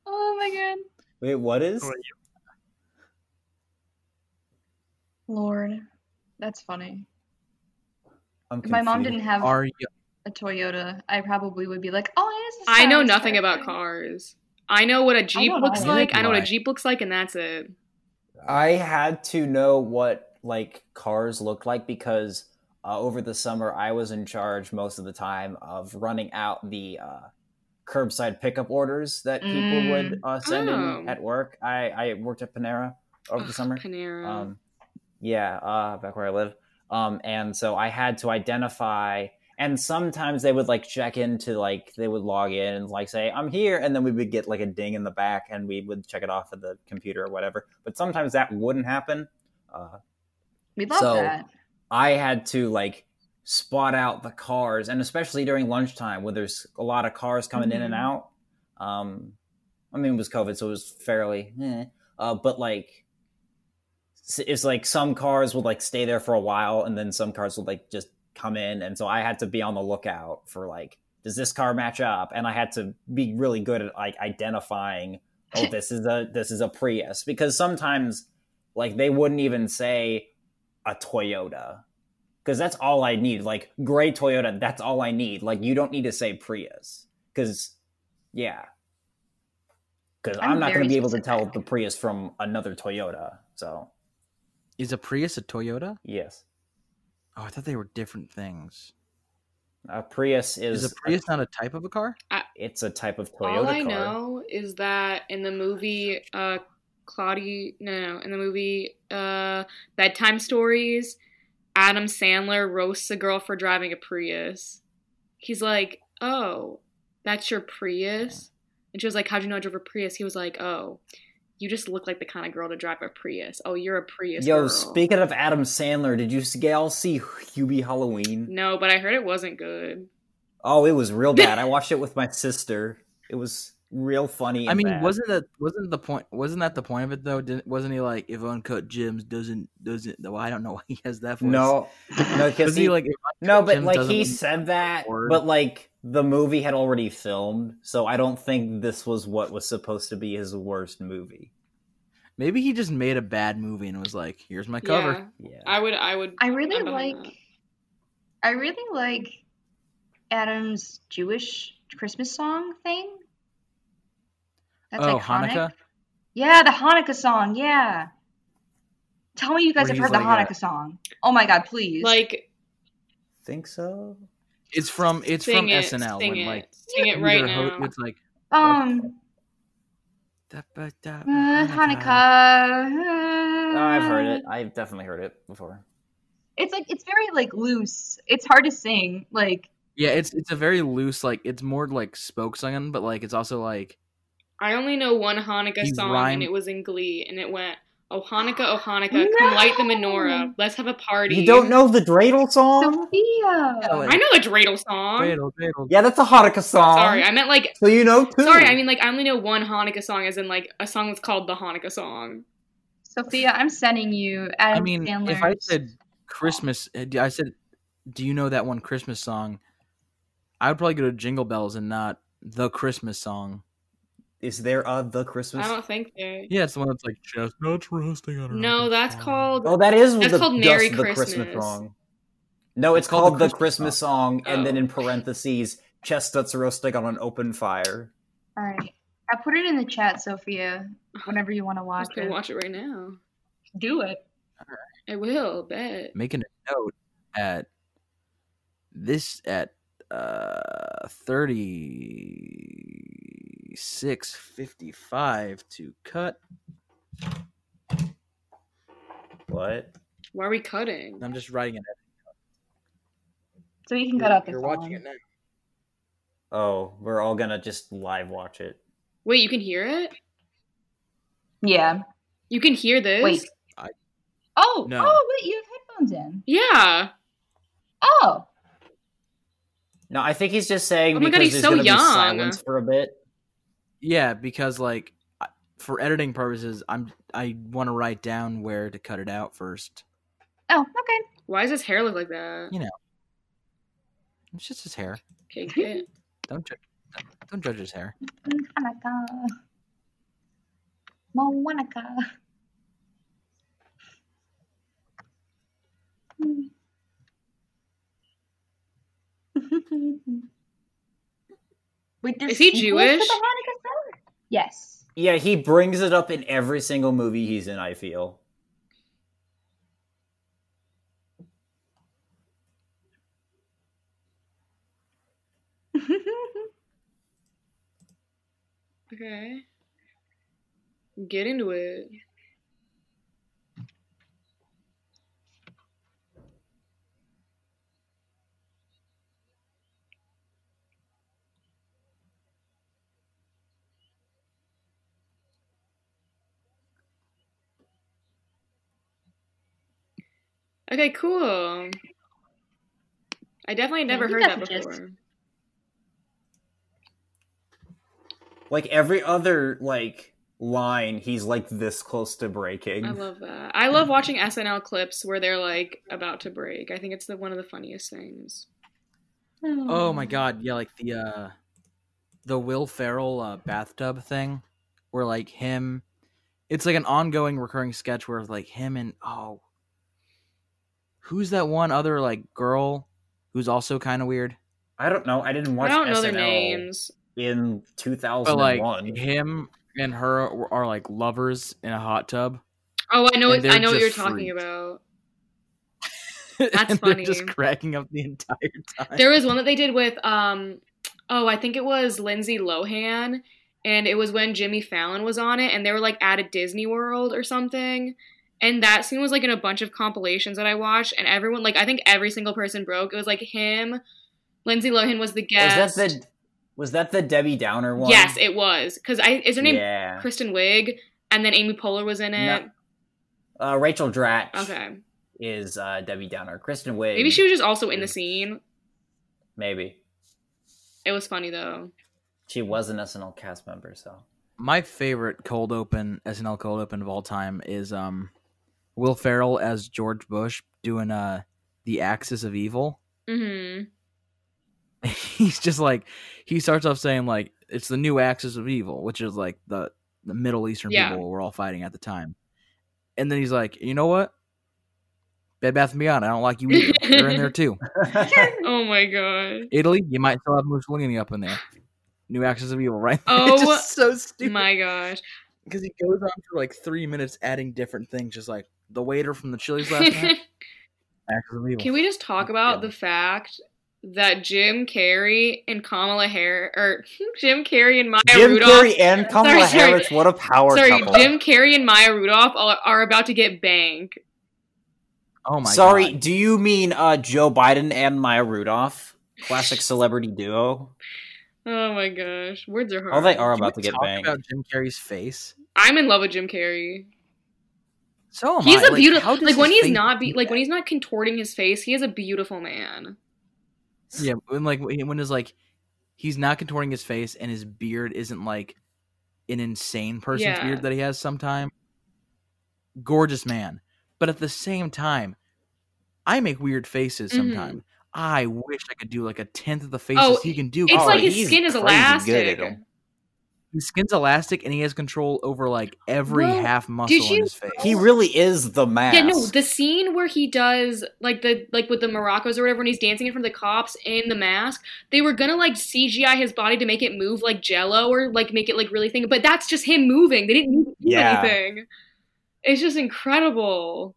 oh my god, Wait, what is? Wait. Lord, that's funny. I'm If my mom confused. didn't have Are you? a Toyota, I probably would be like, "Oh, it is." a I Star know Wars nothing about character." cars. I know what a Jeep don't looks know. like. I know what a Right. Jeep looks like, and that's it. I had to know what like cars looked like because uh, over the summer I was in charge most of the time of running out the uh, curbside pickup orders that people Mm. would uh, send Oh. in at work. I, I worked at Panera over the Ugh, summer. Panera. um, yeah uh, back where i live um, and so i had to identify and sometimes they would like check into like they would log in and like say i'm here and then we would get like a ding in the back and we would check it off at the computer or whatever but sometimes that wouldn't happen uh, We love So- that. i had to like spot out the cars and especially during lunchtime when there's a lot of cars coming in and Mhm. out um, i mean it was covid so it was fairly eh. uh, but like s- it's like some cars would like stay there for a while and then some cars would like just come in and so i had to be on the lookout for like does this car match up and i had to be really good at like identifying [laughs] oh this is a this is a prius because sometimes like they wouldn't even say a toyota because that's all i need like gray toyota that's all i need like you don't need to say prius because yeah because I'm i'm, not going very to be able to tell specific. the prius from another toyota so Is a Prius a Toyota? yes Oh, I thought they were different things. a prius is, Is a Prius not a type of a car? it's a type of toyota All I car know is that in the movie, uh, Claudia, no, no, no, in the movie, uh, Bedtime Stories, Adam Sandler roasts a girl for driving a Prius. He's like, "Oh, that's your Prius," and she was like, "How'd you know I drove a Prius?" He was like, "Oh." You just look like the kind of girl to drive a Prius. Oh, you're a Prius. Yo, girl." speaking of Adam Sandler, did you see- all see Hubie Halloween? No, but I heard it wasn't good. Oh, it was [laughs] real bad. I watched it with my sister. It was real funny. I and mean, bad. wasn't that wasn't the point? Wasn't that the point of it though? Didn't wasn't he like if Uncut Gems doesn't doesn't? Well, I don't know why he has that voice. no, [laughs] no, because because he like if no, but Jim like doesn't he want- said that, Or- but like the movie had already filmed, so I don't think this was what was supposed to be his worst movie. maybe he just made a bad movie and was like, "Here's my cover." Yeah, Yeah, I would. I would. I really I'm behind like. I really like Adam's Jewish Christmas song thing. That's oh, iconic. Hanukkah. Yeah, the Hanukkah song. Yeah. Tell me you guys Where have he's heard the like a- Hanukkah song. Oh my god, please. Like think so. It's from it's sing from it, SNL Sing when it, like sing it he's right their ho- now. it's like um da, ba, da, uh, Hanukkah. Mm. Oh, I've heard it. I've definitely heard it before. It's like it's very like loose. It's hard to sing. Like Yeah, it's it's a very loose like it's more like spoke singing, but like it's also like I only know one Hanukkah He song, rhymed- and it was in Glee, and it went, "Oh Hanukkah, oh [gasps] Hanukkah, come light the menorah, let's have a party." You don't know the [laughs] dreidel song? Oh, Sophia. I know a dreidel song. dreidel, dreidel. Yeah, that's a Hanukkah song. Sorry, I meant like. so you know too. Sorry, I mean like I only know one Hanukkah song, as in like a song that's called the Hanukkah song. Sophia, I'm sending you. Adam I mean, Sandler's. if I said Christmas, eh, I said, "Do you know that one Christmas song?" I would probably go to Jingle Bells and not the Christmas song. Is there a the Christmas? I don't think they. Yeah, it's the one that's like chestnuts roasting on. an No, open that's fire." called. Oh, that is That's the, called just Merry the Christmas. Christmas. song. No, it's, called, the Christmas song, and then Oh. in parentheses, chestnuts roasting on an open fire. All right. I put it in the chat, Sophia. Whenever you want to I watch can it, watch it right now. do it. I will bet. Making a note at this at uh thirty six fifty five to cut. What? Why are we cutting? I'm just writing it. So you can You're, cut out the you're song. watching it now. Oh, we're all gonna just live watch it. Wait, you can hear it. Yeah. You can hear this. Wait. I- Oh. No. Oh, wait. You have headphones in. Yeah. Oh. No, I think he's just saying Oh my because God, he's there's so gonna young. be silence for a bit. Yeah, because like I- for editing purposes, I'm I want to write down where to cut it out first. Oh. Okay. Why does his hair look like that? Yeah. It's just his hair. Okay, get. Don't judge. don't- Don't judge his hair. Mm, Hanukkah. [laughs] Moanaka. Wait, there's Is he sequels to the Jewish? Hanukkah song? [laughs] Yes. Yeah, he brings it up in every single movie he's in. I feel. Okay. Get into it. Okay, cool. I definitely never you heard got that the gist. before. Like every other like line, he's like this close to breaking. I love that. I love watching SNL clips where they're like about to break. I think it's the one of the funniest things. Oh Mm. my god, yeah, like the uh the Will Ferrell uh, bathtub thing where like him it's like an ongoing recurring sketch where like him and oh who's that one other like girl who's also kind of weird? I don't know. I didn't watch I don't know SNL their names. in But like 2001. him and her are, are like lovers in a hot tub. Oh, I know. And What, I they're know what you're just talking freaks. about. [laughs] That's funny. Just cracking up the entire time. There was one that they did with um, oh, I think it was Lindsay Lohan, and it was when Jimmy Fallon was on it, and they were like at a Disney World or something. And that scene was like in a bunch of compilations that I watched, and everyone like I think every single person broke. It was like him, Lindsay Lohan was the was guest. that the was that the Debbie Downer one? yes, it was because I is her name Yeah. Kristen Wiig, and then Amy Poehler was in it. Uh, Rachel Dratch Okay, is uh, Debbie Downer. Kristen Wiig. maybe she was just also in the scene. Maybe It was funny though. she was an SNL cast member. So My favorite cold open SNL cold open of all time is um Will Ferrell as George Bush doing uh the Axis of Evil. [laughs] hmm He's just like he starts off saying like it's the new Axis of Evil, which is like the the Middle Eastern Yeah. people we're all fighting at the time. And then he's like, you know what? Bed Bath and Beyond, I don't like you [laughs] either. You're in there too. Oh my god. Italy, you might still have Mussolini up in there. New Axis of Evil, right? [laughs] there. Oh it's just so stupid. My gosh. because he goes on for like three minutes adding different things, just like the waiter from the Chili's last night. Acts of evil. [laughs] Can we just talk about the fact that Jim Carrey and Kamala Harris, or [laughs] Jim Carrey and Maya [laughs] Jim Rudolph? Carrey and Kamala Sorry, sorry. Harris. What a power sorry, couple. Jim Carrey and Maya Rudolph are, are about to get banged. oh my sorry, Oh god! do you mean uh, Joe Biden and Maya Rudolph? Classic celebrity duo. [laughs] Oh my gosh, words are hard. All they are Can about to we get talk banged. about Jim Carrey's face. I'm in love with Jim Carrey. So am He's I. a beautiful Oh how like, does when his he's face not be do like that? when he's not contorting his face, he is a beautiful man. yeah when like when when is like he's not contorting his face and his beard isn't like an insane person's Yeah. beard that he has sometime. Gorgeous man, but at the same time, I make weird faces Mhm. sometimes. I wish I could do like a tenth of the faces Oh, he can do. It's Oh, like his he's skin is crazy good elastic. at him. his skin's elastic and he has control over like every Bro, half muscle you- in his face. He really is the mask. Yeah, no, the scene where he does like the like with the Moroccos or whatever, when he's dancing in front of the cops in the mask, they were gonna like CGI his body to make it move like Jello or like make it like really thing, but that's just him moving. They didn't need to do Yeah. anything. It's just incredible.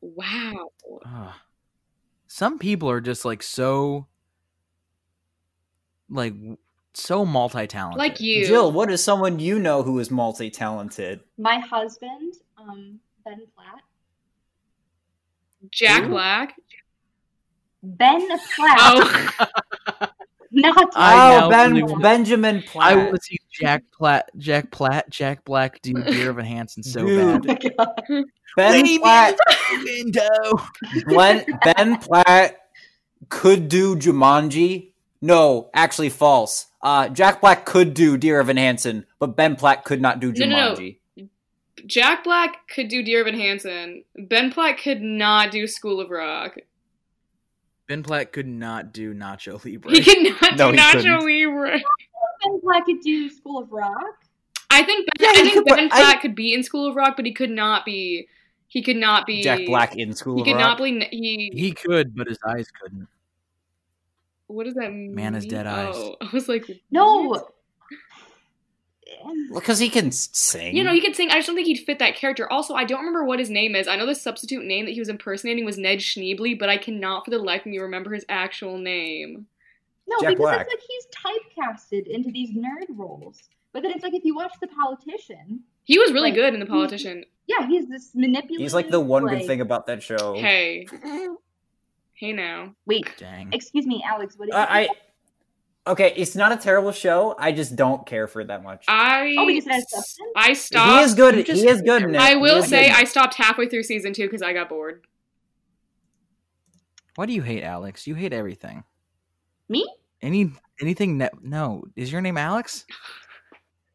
Wow. Ugh. some people are just like so, like w- so multi-talented. Like you. Jill, What is someone you know who is multi talented? [laughs] My husband, um, Ben Platt. Jack Ooh. Black. Ben Platt, [laughs] Oh, not I now oh, Ben really want- Benjamin Platt. [laughs] I want to [laughs] see Jack Platt, Jack Platt, Jack Black [laughs] do Dear Evan Hansen so Dude. bad. ben Leave me Platt. out the window. Glenn, [laughs] ben Platt could do Jumanji. No, actually, false. Uh, Jack Black could do Dear Evan Hansen, but Ben Platt could not do No, no, no. Jumanji. Jack Black could do Dear Evan Hansen. Ben Platt could not do School of Rock. Ben Platt could not do Nacho Libre. He could not No, do he Nacho couldn't. Libre. [laughs] Ben Platt could do School of Rock. I think Ben, Yeah, he I think could, but Ben I- Platt could be in School of Rock, but he could not be. He could not be Jack Black in School He of could not Rock. be. n- He, [laughs] He could, but his eyes couldn't. What does that mean? Man has dead eyes. Oh, [laughs] I was like, what? No. because he can s- sing. You know, he could sing. I just don't think he'd fit that character. Also, I don't remember what his name is. I know the substitute name that he was impersonating was Ned Schneebly, but I cannot for the life of me remember his actual name. No, Jack because Black. it's like he's typecasted into these nerd roles. But then it's like if you watch The Politician, He was really Like, good in The he- Politician. yeah, he's this manipulative. He's like the one like- good thing about that show. Hey, hey now. Wait, Dang. excuse me, Alex. What is it? I, I okay, it's not a terrible show. I just don't care for it that much. I Oh, because it has substance? I he stopped. is good. You just- he is good. In it. I He will is say good. I stopped halfway through season two because I got bored. Why do you hate Alex? You hate everything. Me? Any anything? Ne- no. Is your name Alex?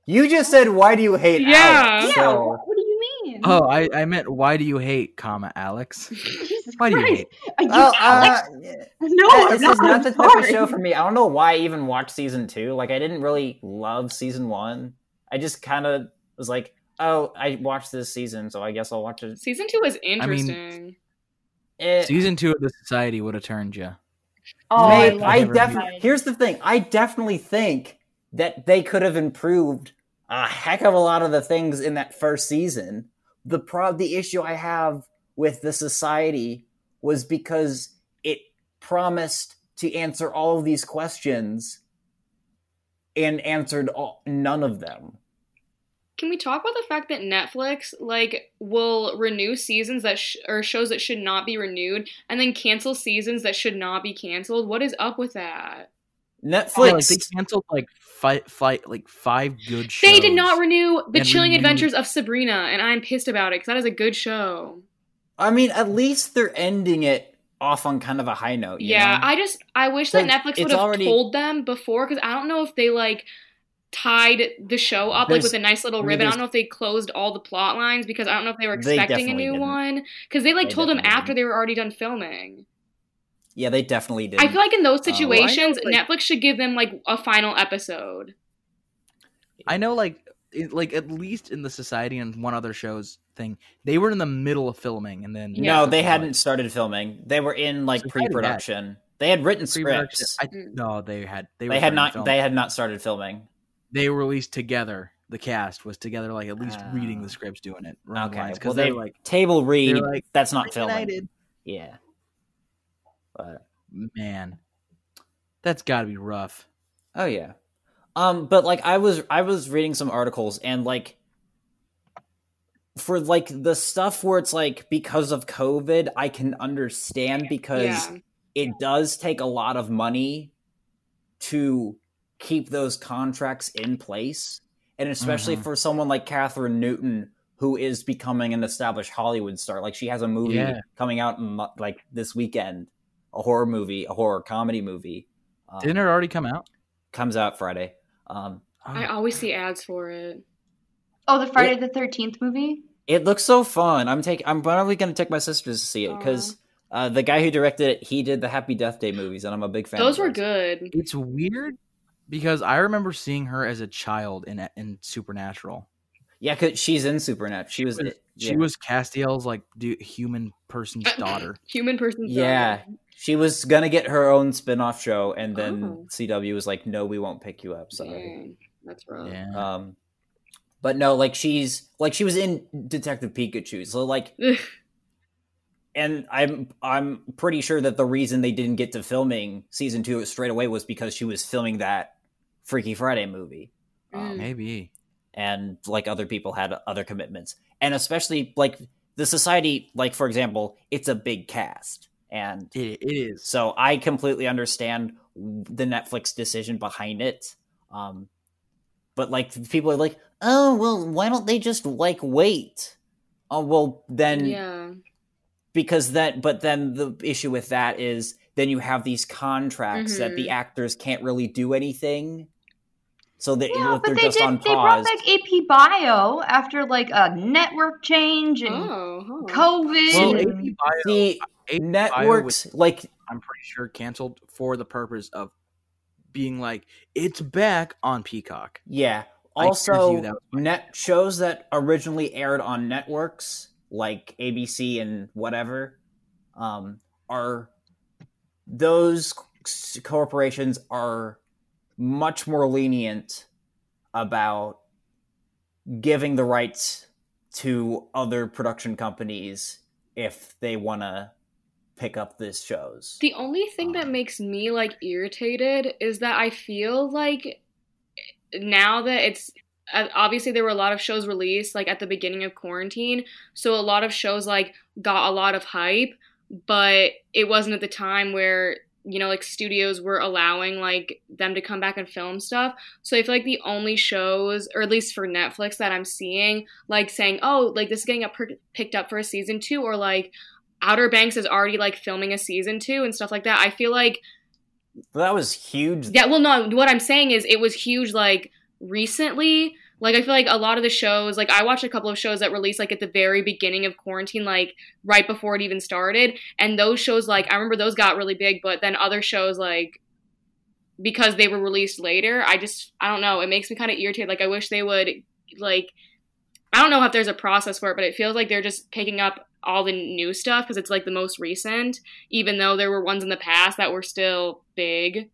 you just said why do you hate? Yeah. Alex? yeah, So- what, what do you mean? Oh, I, I meant why do you hate, comma Alex? Jesus Why do you Christ. hate? Are you Well, Alex? uh, [laughs] Oh, no, yeah, I'm this is not I'm the type of sorry. show for me. I don't know why I even watched season two. Like, I didn't really love season one. I just kind of was like, oh, I watched this season, so I guess I'll watch it. Season two was interesting. Eh, Season two of the Society would have turned you. Oh, Mate, love I, that. definitely. Here's the thing. I definitely think that they could have improved a heck of a lot of the things in that first season. The pro, the issue I have with the society was because it promised to answer all of these questions and answered all, none of them. Can we talk about the fact that Netflix like will renew seasons that sh- or shows that should not be renewed and then cancel seasons that should not be canceled? What is up with that? Yeah, Netflix. like they canceled like fight fight like five good shows. They did not renew The And Chilling renewed. Adventures of Sabrina and I'm pissed about it cuz that is a good show. I mean, at least they're ending it off on kind of a high note. you Yeah, know? I just I wish So that Netflix it's would have already- told them before because I don't know if they like tied the show up like There's- with a nice little I mean, ribbon. I don't there's- know if they closed all the plot lines because I don't know if they were They expecting a definitely new didn't. one because they like They told them definitely after they were already done filming. yeah, they definitely did. I feel like in those Uh, well, I know, situations, like- Netflix should give them like a final episode. I know, like, it, like at least in the Society and one other shows thing, they were in the middle of filming, and then Yeah. No, they hadn't started filming. They were in like So they hadn't pre-production. They had written Pre-production- scripts. I, Mm. no, they had they, were They had starting not. film. They had not started filming. they were released together. The cast was together, like at least reading Ah. the scripts, doing it. Okay, because well, they they- were like Table read. They're like, that's not filming. reunited. Yeah. But Man, that's got to be rough. oh yeah. Um, but like I was I was reading some articles and like for like the stuff where it's like because of COVID, I can understand because yeah, it does take a lot of money to keep those contracts in place. And especially Mhm. for someone like Catherine Newton, who is becoming an established Hollywood star. Like she has a movie Yeah. coming out in, mo- like this weekend, a horror movie, a horror comedy movie. Um, Didn't it already come out? comes out Friday. Um, I always see ads for it. Oh, the Friday the Thirteenth movie. it looks so fun. I'm taking. I'm probably going to take my sisters to see it because uh, the guy who directed it, he did the Happy Death Day movies, and I'm a big fan. Those of were good. It's weird because I remember seeing her as a child in in Supernatural. Yeah, cause she's in Supernatural. She was. was- She yeah. was Castiel's like du- human person's daughter. Human person. Yeah. She was gonna get her own spin-off show, and then Oh. CW was like, "No, we won't pick you up." Sorry. Dang, that's rough. [laughs] Yeah. Um, but no, like she's like she was in Detective Pikachu, so like, and I'm I'm pretty sure that the reason they didn't get to filming season two straight away was because she was filming that Freaky Friday movie. Um, Mm. Maybe. and like other people had other commitments and especially like the society like for example it's a big cast and It, it is. so i completely understand the netflix decision behind it um but like people are like oh well why don't they just like wait oh well then yeah. because that but then the issue with that is then you have these contracts that Mm-hmm. the actors can't really do anything so that Yeah, if but they're they just did. on They brought pause back AP Bio after like a network change and Oh. huh. COVID. Well, and- AP Bio, the AP networks like I'm pretty sure canceled for the purpose of being like it's back on Peacock. yeah I guarantee you also that was net shows that originally aired on networks like abc and whatever um are those c- corporations are much more lenient about giving the rights to other production companies if they want to pick up these shows The only thing that makes me like irritated is that I feel like now that it's uh, obviously there were a lot of shows released like at the beginning of quarantine, so a lot of shows like got a lot of hype, but it wasn't at the time where you know like studios were allowing like them to come back and film stuff. So I feel like the only shows or at least for Netflix that I'm seeing like saying, "Oh, like this is getting up per- picked up for a season 2 or like Outer Banks is already like filming a season two and stuff like that. I feel like that was huge yeah, well no, what I'm saying is it was huge like recently. Like I feel like a lot of the shows, like I watched a couple of shows that released like at the very beginning of quarantine, like right before it even started. And those shows like I remember those got really big, but then other shows like because they were released later, I just I don't know, it makes me kinda irritated. Like I wish they would like I don't know if there's a process for it, but it feels like they're just picking up all the new stuff because it's like the most recent, even though there were ones in the past that were still big.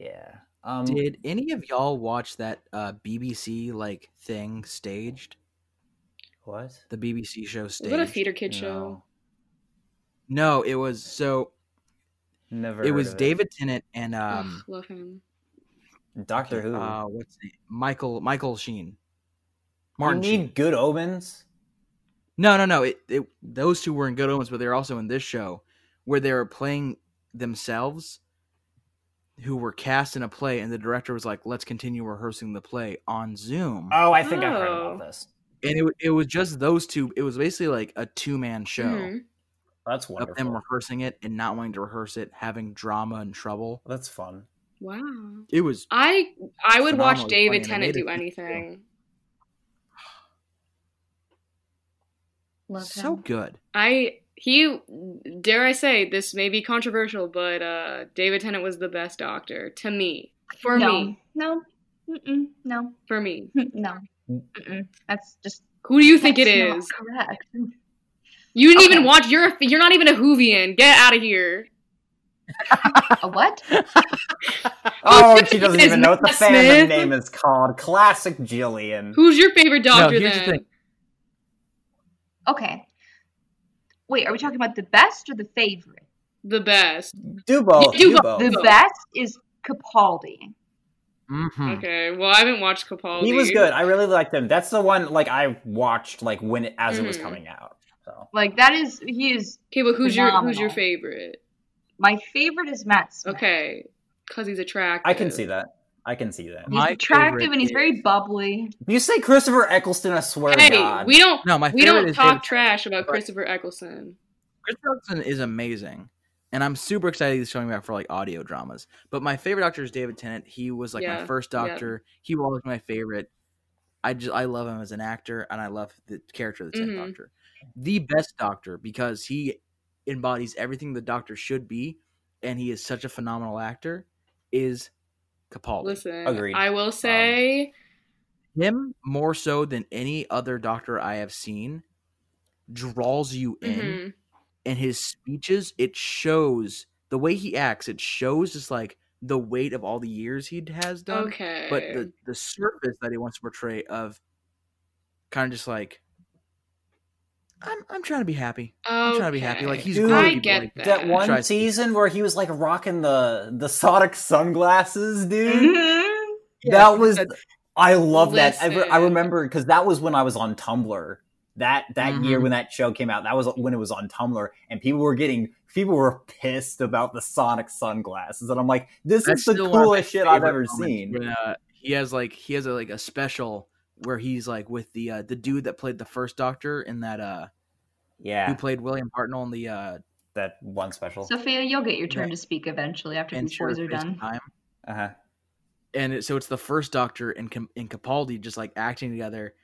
yeah um Did any of y'all watch that uh, BBC like thing staged? what The BBC show Is staged. that a theater kid show? No. No, it was so Never. it heard was of David Tennant and um Ugh, love him. Doctor Who. uh what's his name? Michael Michael Sheen. you Martin need Sheen. good omens. No, no, no. It, it those two were in Good Omens, but they're also in this show where they were playing themselves who were cast in a play and the director was like, "Let's continue rehearsing the play on Zoom." Oh, I think I've heard Oh. about this. and it wa- it was just those two. It was basically like a two-man show. Mhm. That's of them wonderful. rehearsing it and not wanting to rehearse it, having drama and trouble. That's fun. Wow. It was I I would watch Phenomenal David funny, and I Tennant do made it- anything. Love so him. good. I he dare I say this may be controversial, but uh David Tennant was the best doctor to me. For no. me. No. Mm-mm, no. For me. No. Mm-mm. That's just. Who do you think it that's is? not Correct. You didn't even Okay. watch. You're a, you're not even a Hoovian. Get out of here. A what? Oh, Who's she your doesn't favorite even know what the Matt fandom Smith? name is called. Classic Jillian. Who's your favorite doctor here's the then? thing. Okay. Wait, are we talking about the best or the favorite? The best. Do both. You do Do Oh. both. both. The best is Capaldi. Mm-hmm. Mhm. Okay. Well, I haven't watched Capaldi. He was good. I really liked him. That's the one like I watched like when it, as it was Mhm. coming out. So Like that is he is Okay, but who's your who's your Phenomenal. favorite? My favorite is Matt Smith. Okay, because he's attractive. I can see that. I can see that. He's My attractive favorite and he's very is- bubbly. You say Christopher Eccleston, I swear to Hey, Oh, God. we don't. No, my we favorite don't is talk James- trash about Right. Christopher Eccleston. Chris Eccleston is amazing, and I'm super excited he's coming back for like audio dramas. But my favorite doctor is David Tennant. He was like my Yeah, first yeah. doctor. He was always my favorite. I just I love him as an actor, and I love the character of the 10th Mhm. Doctor, the best Doctor because he embodies everything the Doctor should be, and he is such a phenomenal actor. Is Capaldi Listen, Agreed. I Um, will say him more so than any other Doctor I have seen? Draws you in mhm. and his speeches, it shows the way he acts. It shows just like the weight of all the years he has done, okay. but the the surface that he wants to portray of kind of just like I'm I'm trying to be happy. I'm trying to be happy. Like Okay. he's Dude, great, I but, get like, that. that one Tries- season where he was like rocking the the Sonic sunglasses, dude. Mm-hmm. Mhm. that was I love that. I, re- I Listen. remember because that was when I was on Tumblr. That that year Mhm. when that show came out, that was when it was on Tumblr, and people were getting people were pissed about the Sonic sunglasses, and I'm like, this That's is the still one of my coolest shit I've favorite ever moments seen. when, uh, he has like he has a, like a special where he's like with the uh, the dude that played the first Doctor in that uh who Yeah, played William Hartnell in the uh that one special. [laughs] Sophia, you'll get your turn Yeah. to speak eventually after these Adventure boys are Face done. Time. Uh-huh. and it, so it's the first Doctor and Cap- and Capaldi just like acting together,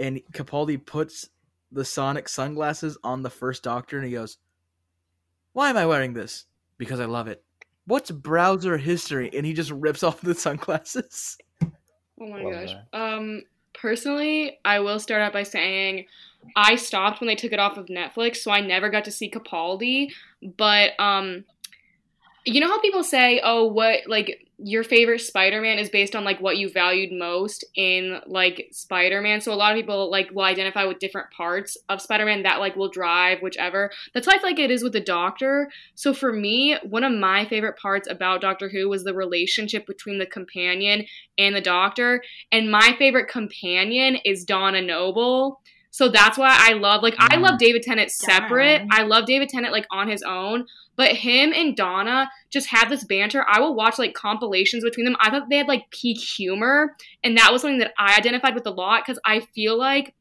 and Capaldi puts the Sonic sunglasses on the first Doctor, and he goes, "Why am I wearing this? Because I love it." What's browser history? And he just rips [laughs] off the sunglasses. Oh my Love gosh. Um, personally, I will start out by saying I stopped when they took it off of Netflix, so I never got to see Capaldi. But um, you know how people say, "Oh, what like your favorite Spider-Man is based on like what you valued most in like Spider-Man." So a lot of people like will identify with different parts of Spider-Man that like will drive whichever. That's why I feel like it is with the Doctor. So for me, one of my favorite parts about Doctor Who was the relationship between the companion and the doctor. And my favorite companion is Donna Noble. So that's why I love like I love David Tennant separate. Darn. I love David Tennant like on his own, but him and Donna just have this banter. I will watch like compilations between them. I thought they had like peak humor, and that was something that I identified with a lot cuz I feel like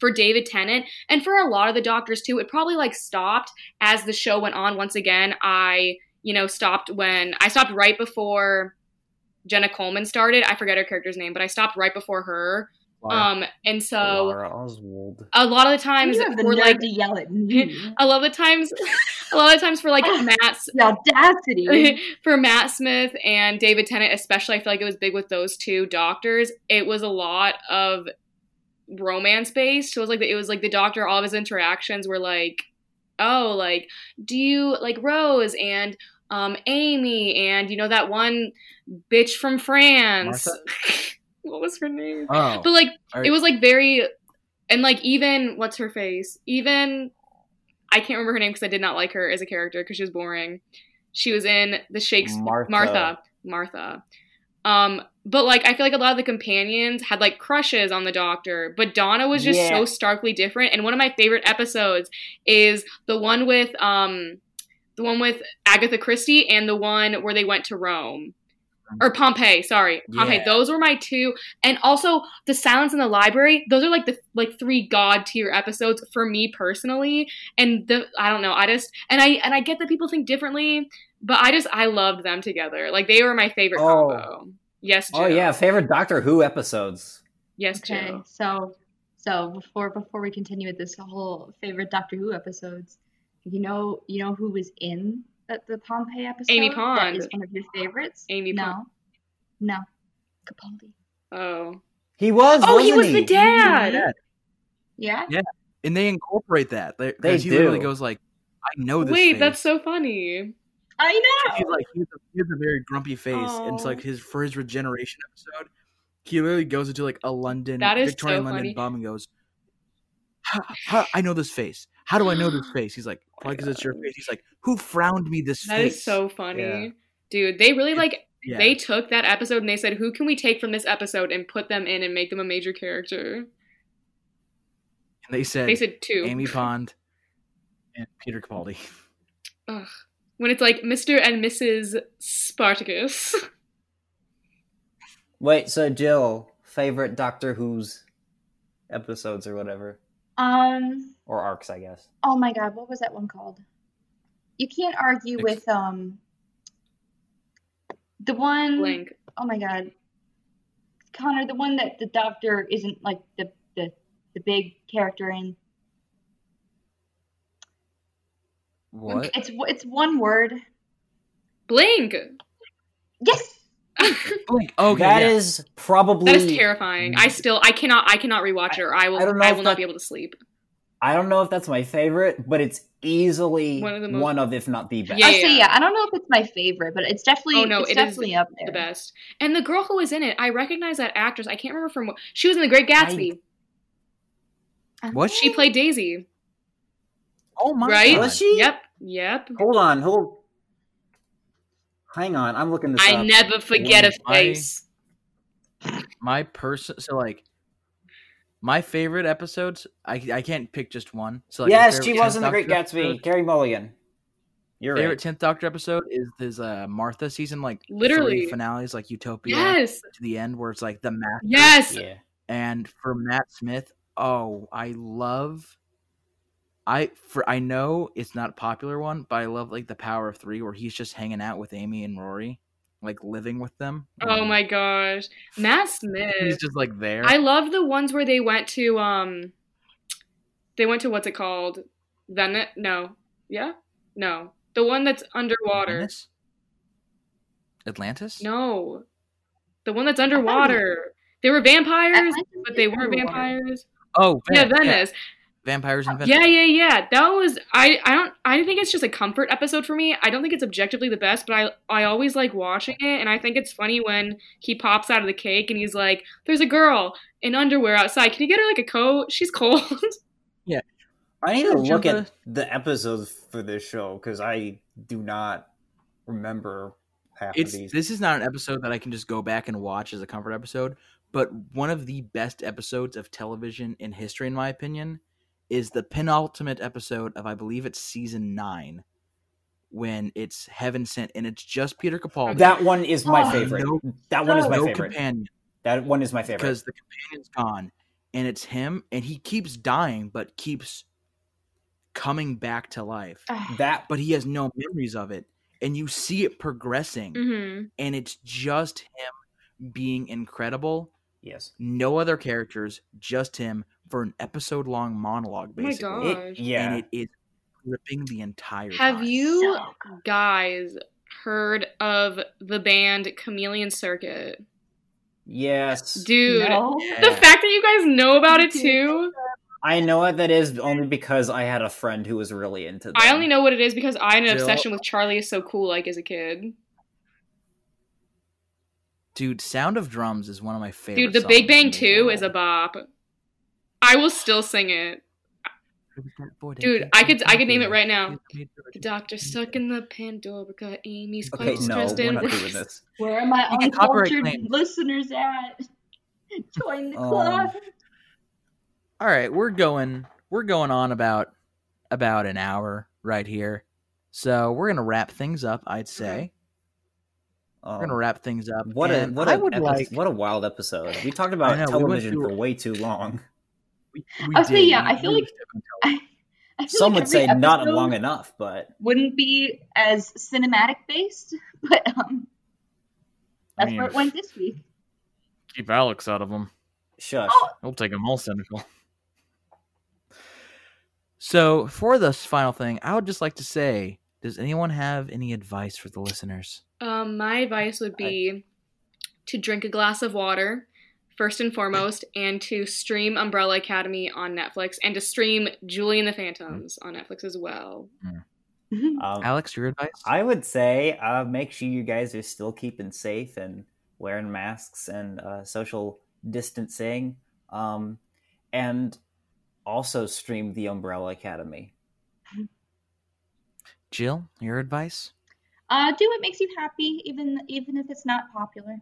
for David Tennant and for a lot of the doctors too, it probably like stopped as the show went on. Once again, I, you know, stopped when I stopped right before Jenna Coleman started. I forget her character's name, but I stopped right before her. Oh, Um, and so Laura Oswald. a lot of the times you have the for nerve like to yell at me. [laughs] a lot of the times, a lot of the times for like Matt's [laughs] the audacity. for Matt Smith and David Tennant, especially, I feel like it was big with those two doctors. It was a lot of romance based. So it was like the, it was like the doctor. All of his interactions were like, oh, like do you like Rose and um Amy and you know that one bitch from France. [laughs] what was her name? oh, But like all right. it was like very and like even what's her face even i can't remember her name because i did not like her as a character because she was boring she was in the shakespeare Martha. martha martha um but like i feel like a lot of the companions had like crushes on the doctor but donna was just Yeah. so starkly different and one of my favorite episodes is the one with um the one with agatha christie and the one where they went to rome or pompeii sorry pompeii Yeah. those were my two and also the silence in the library those are like the like three god tier episodes for me personally and the i don't know i just and i and i get that people think differently but i just i loved them together like they were my favorite Oh. combo yes Jill. Oh yeah, favorite Doctor Who episodes. yes okay, Jill. so so before before we continue with this whole favorite Doctor Who episodes, you know you know who was in the, the Pompeii episode? Amy That Pond. is one of your favorites. Amy no, Pond. no, Capaldi. oh He was. oh he wasn't was the dad Yeah. Yeah. and they incorporate that. They, 'cause They he literally do. goes like, "I know this." wait face. that's so funny I know. he's like he has a, he has a very grumpy face, and it's Aw. like his for his regeneration episode, he literally goes into like a London That is Victorian so London funny. bum and goes, "Ha- ha- "I know this face. How do I know [gasps] this face?" He's like, "Probably because it's your face." [sighs] He's like, "Who frowned me this That face?" is so funny Yeah. dude they really like Yeah. They took that episode and they said, "Who can we take from this episode and put them in and make them a major character?" And they said, They said two. [laughs] [laughs] Amy Pond and Peter Capaldi. Ugh. when it's like Mr. and Mrs. Spartacus. Wait, so Jill, favorite Doctor Who's episodes or whatever, Um. or arcs, I guess. Oh my God, what was that one called? You can't argue Ex- with um. The one. Blank. Oh my God. Connor, the one that the doctor isn't like the the the big character in. What? It's it's one word. [laughs] Blink! Yes. Blink. Okay. That oh, yeah. is probably. That is terrifying. I still I cannot I cannot rewatch it or I will I I, don't know if will not that- be able to sleep. I don't know if that's my favorite, but it's easily One of the most- one of, if not the best. Yeah, I say yeah. yeah. I don't know if it's my favorite, but it's definitely Oh, no, it's it is definitely up there. The best. And the girl who was in it, I recognize that actress. I can't remember from what she was in The Great Gatsby. What? She played Daisy. Oh my Right? Was she? Yep. Yep. Hold on, hold. Hang on, I'm looking this I up. never forget a One eye. face. my person. So like, my favorite episodes. I I can't pick just one. So like, my yes, she favorite was in The 10th Great Doctor Gatsby. episode- Carrie Mulligan. You're favorite right. Tenth Doctor episode is this uh, Martha season, like Literally. three finales, like Utopia Yes. to the end, where it's like the master. Yes. Yeah. And for Matt Smith, oh, I love. I for I know it's not a popular one, but I love like the Power of Three, where he's just hanging out with Amy and Rory, like living with them. Oh my gosh. Matt Smith. He's just like there. I love the ones where they went to um they went to what's it called? Venice? No. Yeah? No. The one that's underwater. Atlantis? Atlantis? No. The one that's underwater. They were vampires, Atlantis but is they were underwater. vampires. Oh, Yeah, Venice. Venice. Uh, Vampires in Venice. Yeah, yeah, yeah. That was I I don't I think it's just a comfort episode for me. I don't think it's objectively the best, but I I always like watching it and I think it's funny when he pops out of the cake and he's like, "There's a girl in underwear outside. Can you get her like a coat? She's cold." [laughs] I need to Jump look in. at the episodes for this show because I do not remember half It's of these. this is not an episode that I can just go back and watch as a comfort episode, but one of the best episodes of television in history, in my opinion, is the penultimate episode of I believe it's season nine, when it's Heaven Sent, and it's just Peter Capaldi. that one is my Oh, favorite. No, that one is my no favorite. companion. That one is my favorite. because the companion's gone and it's him and he keeps dying but keeps coming back to life Uh, that but he has no memories of it and you see it progressing mm-hmm. and it's just him being incredible yes. no other characters just him for an episode long monologue Oh my basically God. It, yeah. and it is gripping the entire Have time. you guys heard of the band Chameleon Circuit? yes. Dude, No? the Yeah. fact that you guys know about it too, I know what that is only because I had a friend who was really into that. I only know what it is because I had an Jill. obsession with Charlie is so cool like as a kid. dude sound of drums is one of my favorite Dude, the songs Big Bang in the 2 is a world. bop. I will still sing it. Dude, I could I could name it right now. The doctor stuck in the Pandora, got Amy's quite Okay, no, stressed we're and not [laughs] doing this. Where are my You get copyright uncultured claims. listeners at? [laughs] Join the Um, club. all right we're going we're going on about about an hour right here so we're gonna wrap things up i'd say Oh. we're gonna wrap things up What a and what a I would epi- like what a wild episode. We talked I about know, we went television through- for way too long. we, we I'll say, did, yeah, we- I feel we like- took- [laughs] I feel Some like would say every not episode long enough, but Wouldn't be as cinematic based, [laughs] but um, I that's mean, where it went this [laughs] week. keep alex out of them shush. Oh, We'll take them all cynical. So, for this final thing, I would just like to say does anyone have any advice for the listeners? [laughs] Um, my advice would be to drink a glass of water first and foremost, and to stream Umbrella Academy on Netflix, and to stream Julie and the Phantoms on Netflix as well. Um, Alex, your advice? I would say uh, make sure you guys are still keeping safe and wearing masks and uh, social distancing. Um, and also stream the Umbrella Academy. Jill, your advice? uh, do what makes you happy, even even if it's not popular.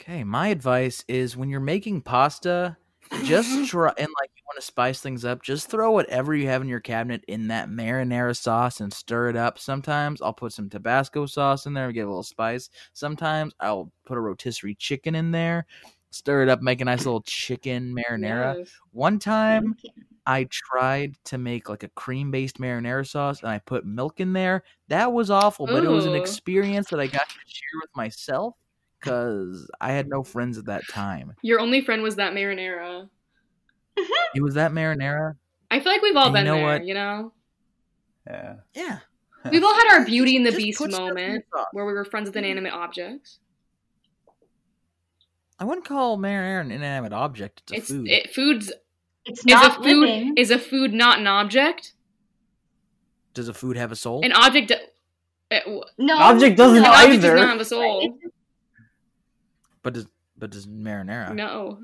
Okay, my advice is when you're making pasta, just try and like you want to spice things up just throw whatever you have in your cabinet in that marinara sauce and stir it up sometimes i'll put some tabasco sauce in there and give it a little spice sometimes i'll put a rotisserie chicken in there stir it up make a nice little chicken marinara Yes. one time Okay. i tried to make like a cream based marinara sauce and i put milk in there that was awful but it was an Ooh. experience that i got to share with myself because i had no friends at that time Your only friend was that marinara. it was that marinara I feel like we've all And you been know there, what? you know? Yeah. yeah We've all had our Beauty and the Just Beast put stuff in the moment sauce. where we were friends Mm-hmm. with inanimate objects. I wouldn't call marinara an inanimate object. It's a It's food. It, food's It's is a not food living. is a food not an object? Does a food have a soul? An object it- w- no, Object doesn't an no, object does Either. not have a soul. but does but does marinara? No.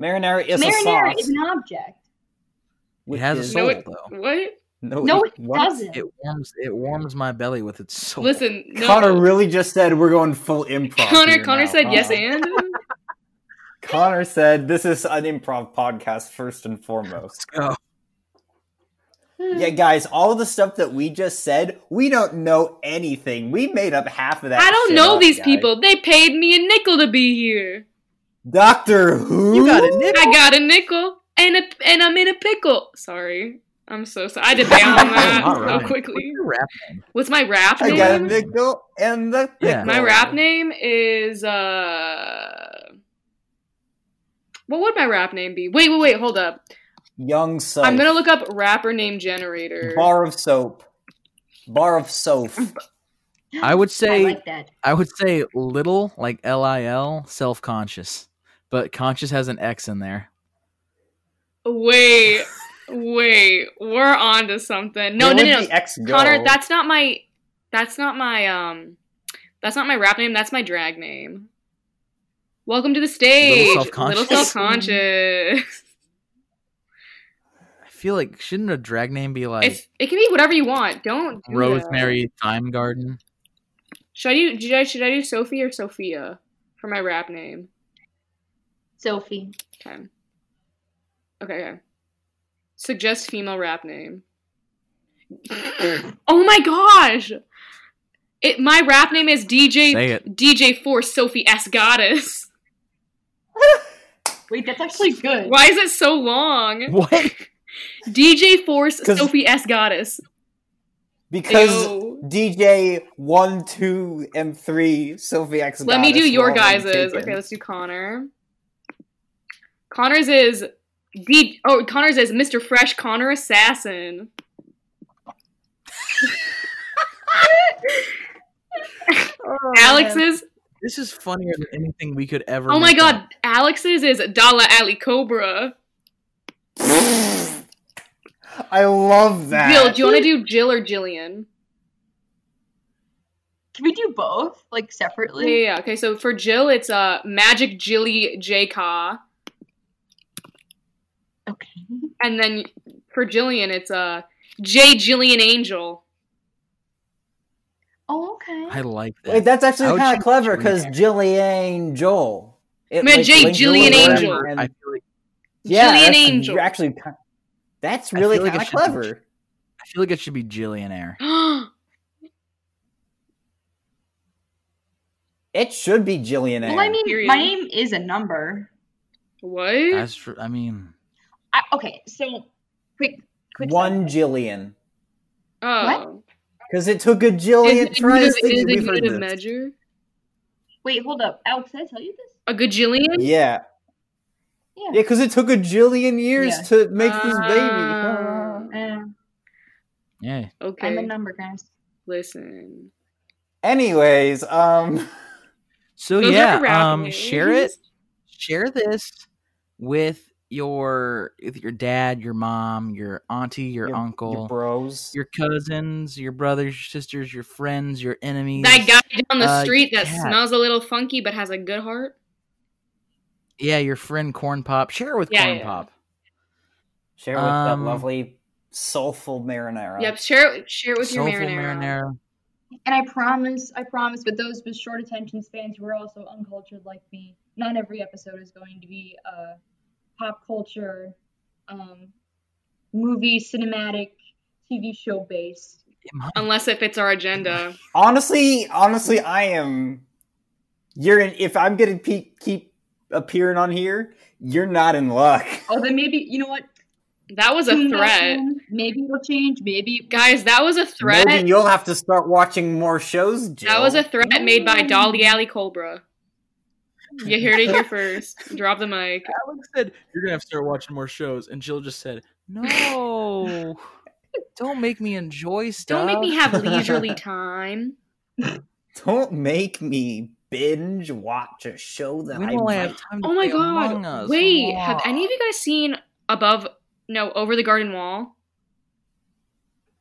Marinara is a Marinara sauce. is an object. It which has a is- soul No, it- though. What? No, it Oh, [laughs] what? doesn't. It warms it warms my belly with its soul. Listen, no. Connor really just said we're going full improv. Connor, here Connor now. said Uh, yes and Connor said this is an improv podcast first and foremost. Let's go. Yeah, guys, all the stuff that we just said, we don't know anything. We made up half of that. I don't shit know up, these guys. people. They paid me a nickel to be here. Doctor Who. You got a nip. I got a nickel and a and I'm in a pickle. Sorry. I'm so sorry. I did [laughs] bail on that All right. so quickly. Your rap name. What's my rap I got a name? nickel and the pickle. Yeah. My rap name is uh What would my rap name be? Wait, wait, wait, hold up. Young soap. I'm gonna look up rapper name generator. bar of soap. Bar of soap. I would say I I, like that. would say little like L I L self conscious, but conscious has an X in there. Wait, wait, we're on to something. No, Where no, would no, no. the X go? Connor, that's not my that's not my um that's not my rap name, that's my drag name. Welcome to the stage. self-conscious. self-conscious. I feel like shouldn't a drag name be like It's, it can be whatever you want. Don't do that. Rosemary Thyme Garden? Should I do should I, should I do Sophie or Sophia for my rap name? Sophie. Okay. Okay, okay. Suggest female rap [coughs] name. oh my gosh! It my rap name is DJ Say it. DJ Force Sophie S Goddess. Wait, that's actually good. Why is it so [laughs] long? [laughs] What? DJ Force 'Cause- Sophie S Goddess. because Ew. DJ one, two, and three. Sophie X. Let me do Goddess your were already guys's. taken. Okay, let's do Connor. Connor's is D. Oh, Connor's is Mr. Fresh Connor Assassin. Oh, Um, Alex's. This is funnier than anything we could ever. Oh my make God. up. Alex's is Dala Alley Cobra. I love that. Jill, do you want to do Jill or Jillian? Can we do both, like Yeah, separately? yeah. yeah. Okay, so for Jill, it's uh Magic Jilly J Ka, Okay. and then for Jillian, it's uh J Jillian Angel. [gasps] Oh, okay. I like that. Wait, that's I actually would kind choose of clever Jillian. because Jillian Joel. It, Man, Jay, linked Jillian Joel Angel. and- I feel like yeah, Jillian that's Angel. Actually, ki- that's I really feel like kind I of should- clever. I feel like it should be Jillionaire. It should be Jillian. well, I mean, Period. my name is a number. what? Mm-hmm. That's true. I mean, I, okay, so quick, quick. one Jillian Oh. because it took a Is Jillian. it Try to is think it we've good heard to this. measure? Wait, hold up, Alex. Did I tell you this? A gajillion? Yeah, yeah, Yeah. because it took a Jillian years Yeah. to make this Ah. baby. Uh, yeah. Okay. I'm a number, guys. Listen. Anyways, um, So Those are yeah, the rap um, names. share it. Share this with your with your dad, your mom, your auntie, your, Your- uncle, your bros. your cousins, your brothers, your sisters, your friends, your enemies. That guy down the Uh, street that cat. smells a little funky but has a good heart. yeah, your friend Corn Pop. Share it with Yeah, Corn yeah. Pop. Share with Um, that lovely soulful marinara. Yep. Share it. Share it with Soulful your marinara. marinara. And I promise, I promise, with those with short attention spans who are also uncultured like me, not every episode is going to be uh, pop culture, um, movie, cinematic, TV show based. unless it fits our agenda. Honestly, honestly, I am. You're in. If I'm gonna pe- keep appearing on here, you're not in luck. Oh, then maybe you know what? That [laughs] was a Who knows, threat. man? Maybe it'll change. Maybe Guys, that was a threat. Morgan, you'll have to start watching more shows. Jill. That was a threat made by Dolly Alley Cobra. You heard [laughs] it here first. Drop the mic. Alex said, You're going to have to start watching more shows. And Jill just said, No. [laughs] don't make me enjoy Don't stuff. make me have [laughs] leisurely time. Don't make me binge watch a show that When I will I might. have time to Oh my play Among god. Us? Wait, Mwah. have any of you guys seen Above No, Over the Garden Wall?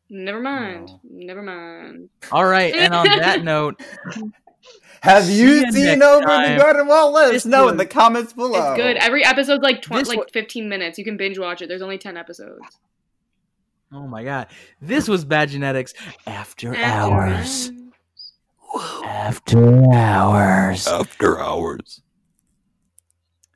Never mind. No. Never mind. All right, and [laughs] on that note, Have See you ya seen next Over time. the Garden Wall? Let This us know was- in the comments below. It's good. Every episode's like This twenty wa- like fifteen minutes. You can binge watch it. There's only ten episodes. oh my god, this was Bad Genetics after, After hours. hours. After hours. After hours.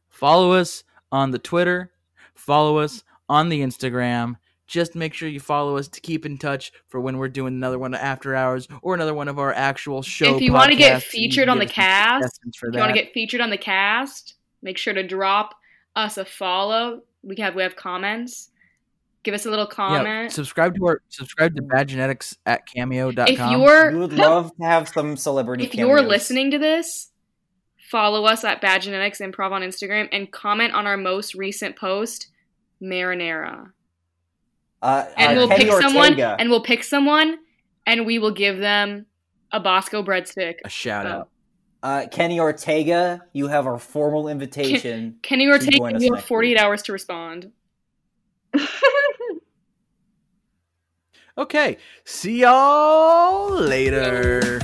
Follow us on the Twitter. Follow us on the Instagram. Just make sure you follow us to keep in touch for when we're doing another one of After Hours or another one of our actual show. If you wanna podcasts. get You featured can on give the us some cast, suggestions for If you want that. to get featured on the cast, make sure to drop us a follow. We can have we have comments. Give us a little yeah, comment. subscribe to our subscribe to Bad Genetics at cameo.com. if We you're would love to have some celebrity. if you're cameos. listening to this, follow us at Bad Genetics Improv on Instagram and comment on our most recent post, Marinara. uh, And uh, we'll Kenny pick someone Ortega. and we'll pick someone and we will give them a Bosco breadstick. a shout out. Uh, Kenny Ortega, you have our formal invitation. Kenny join Ortega, us you have next 48 week. hours to respond. [laughs] [laughs] Okay, see y'all later.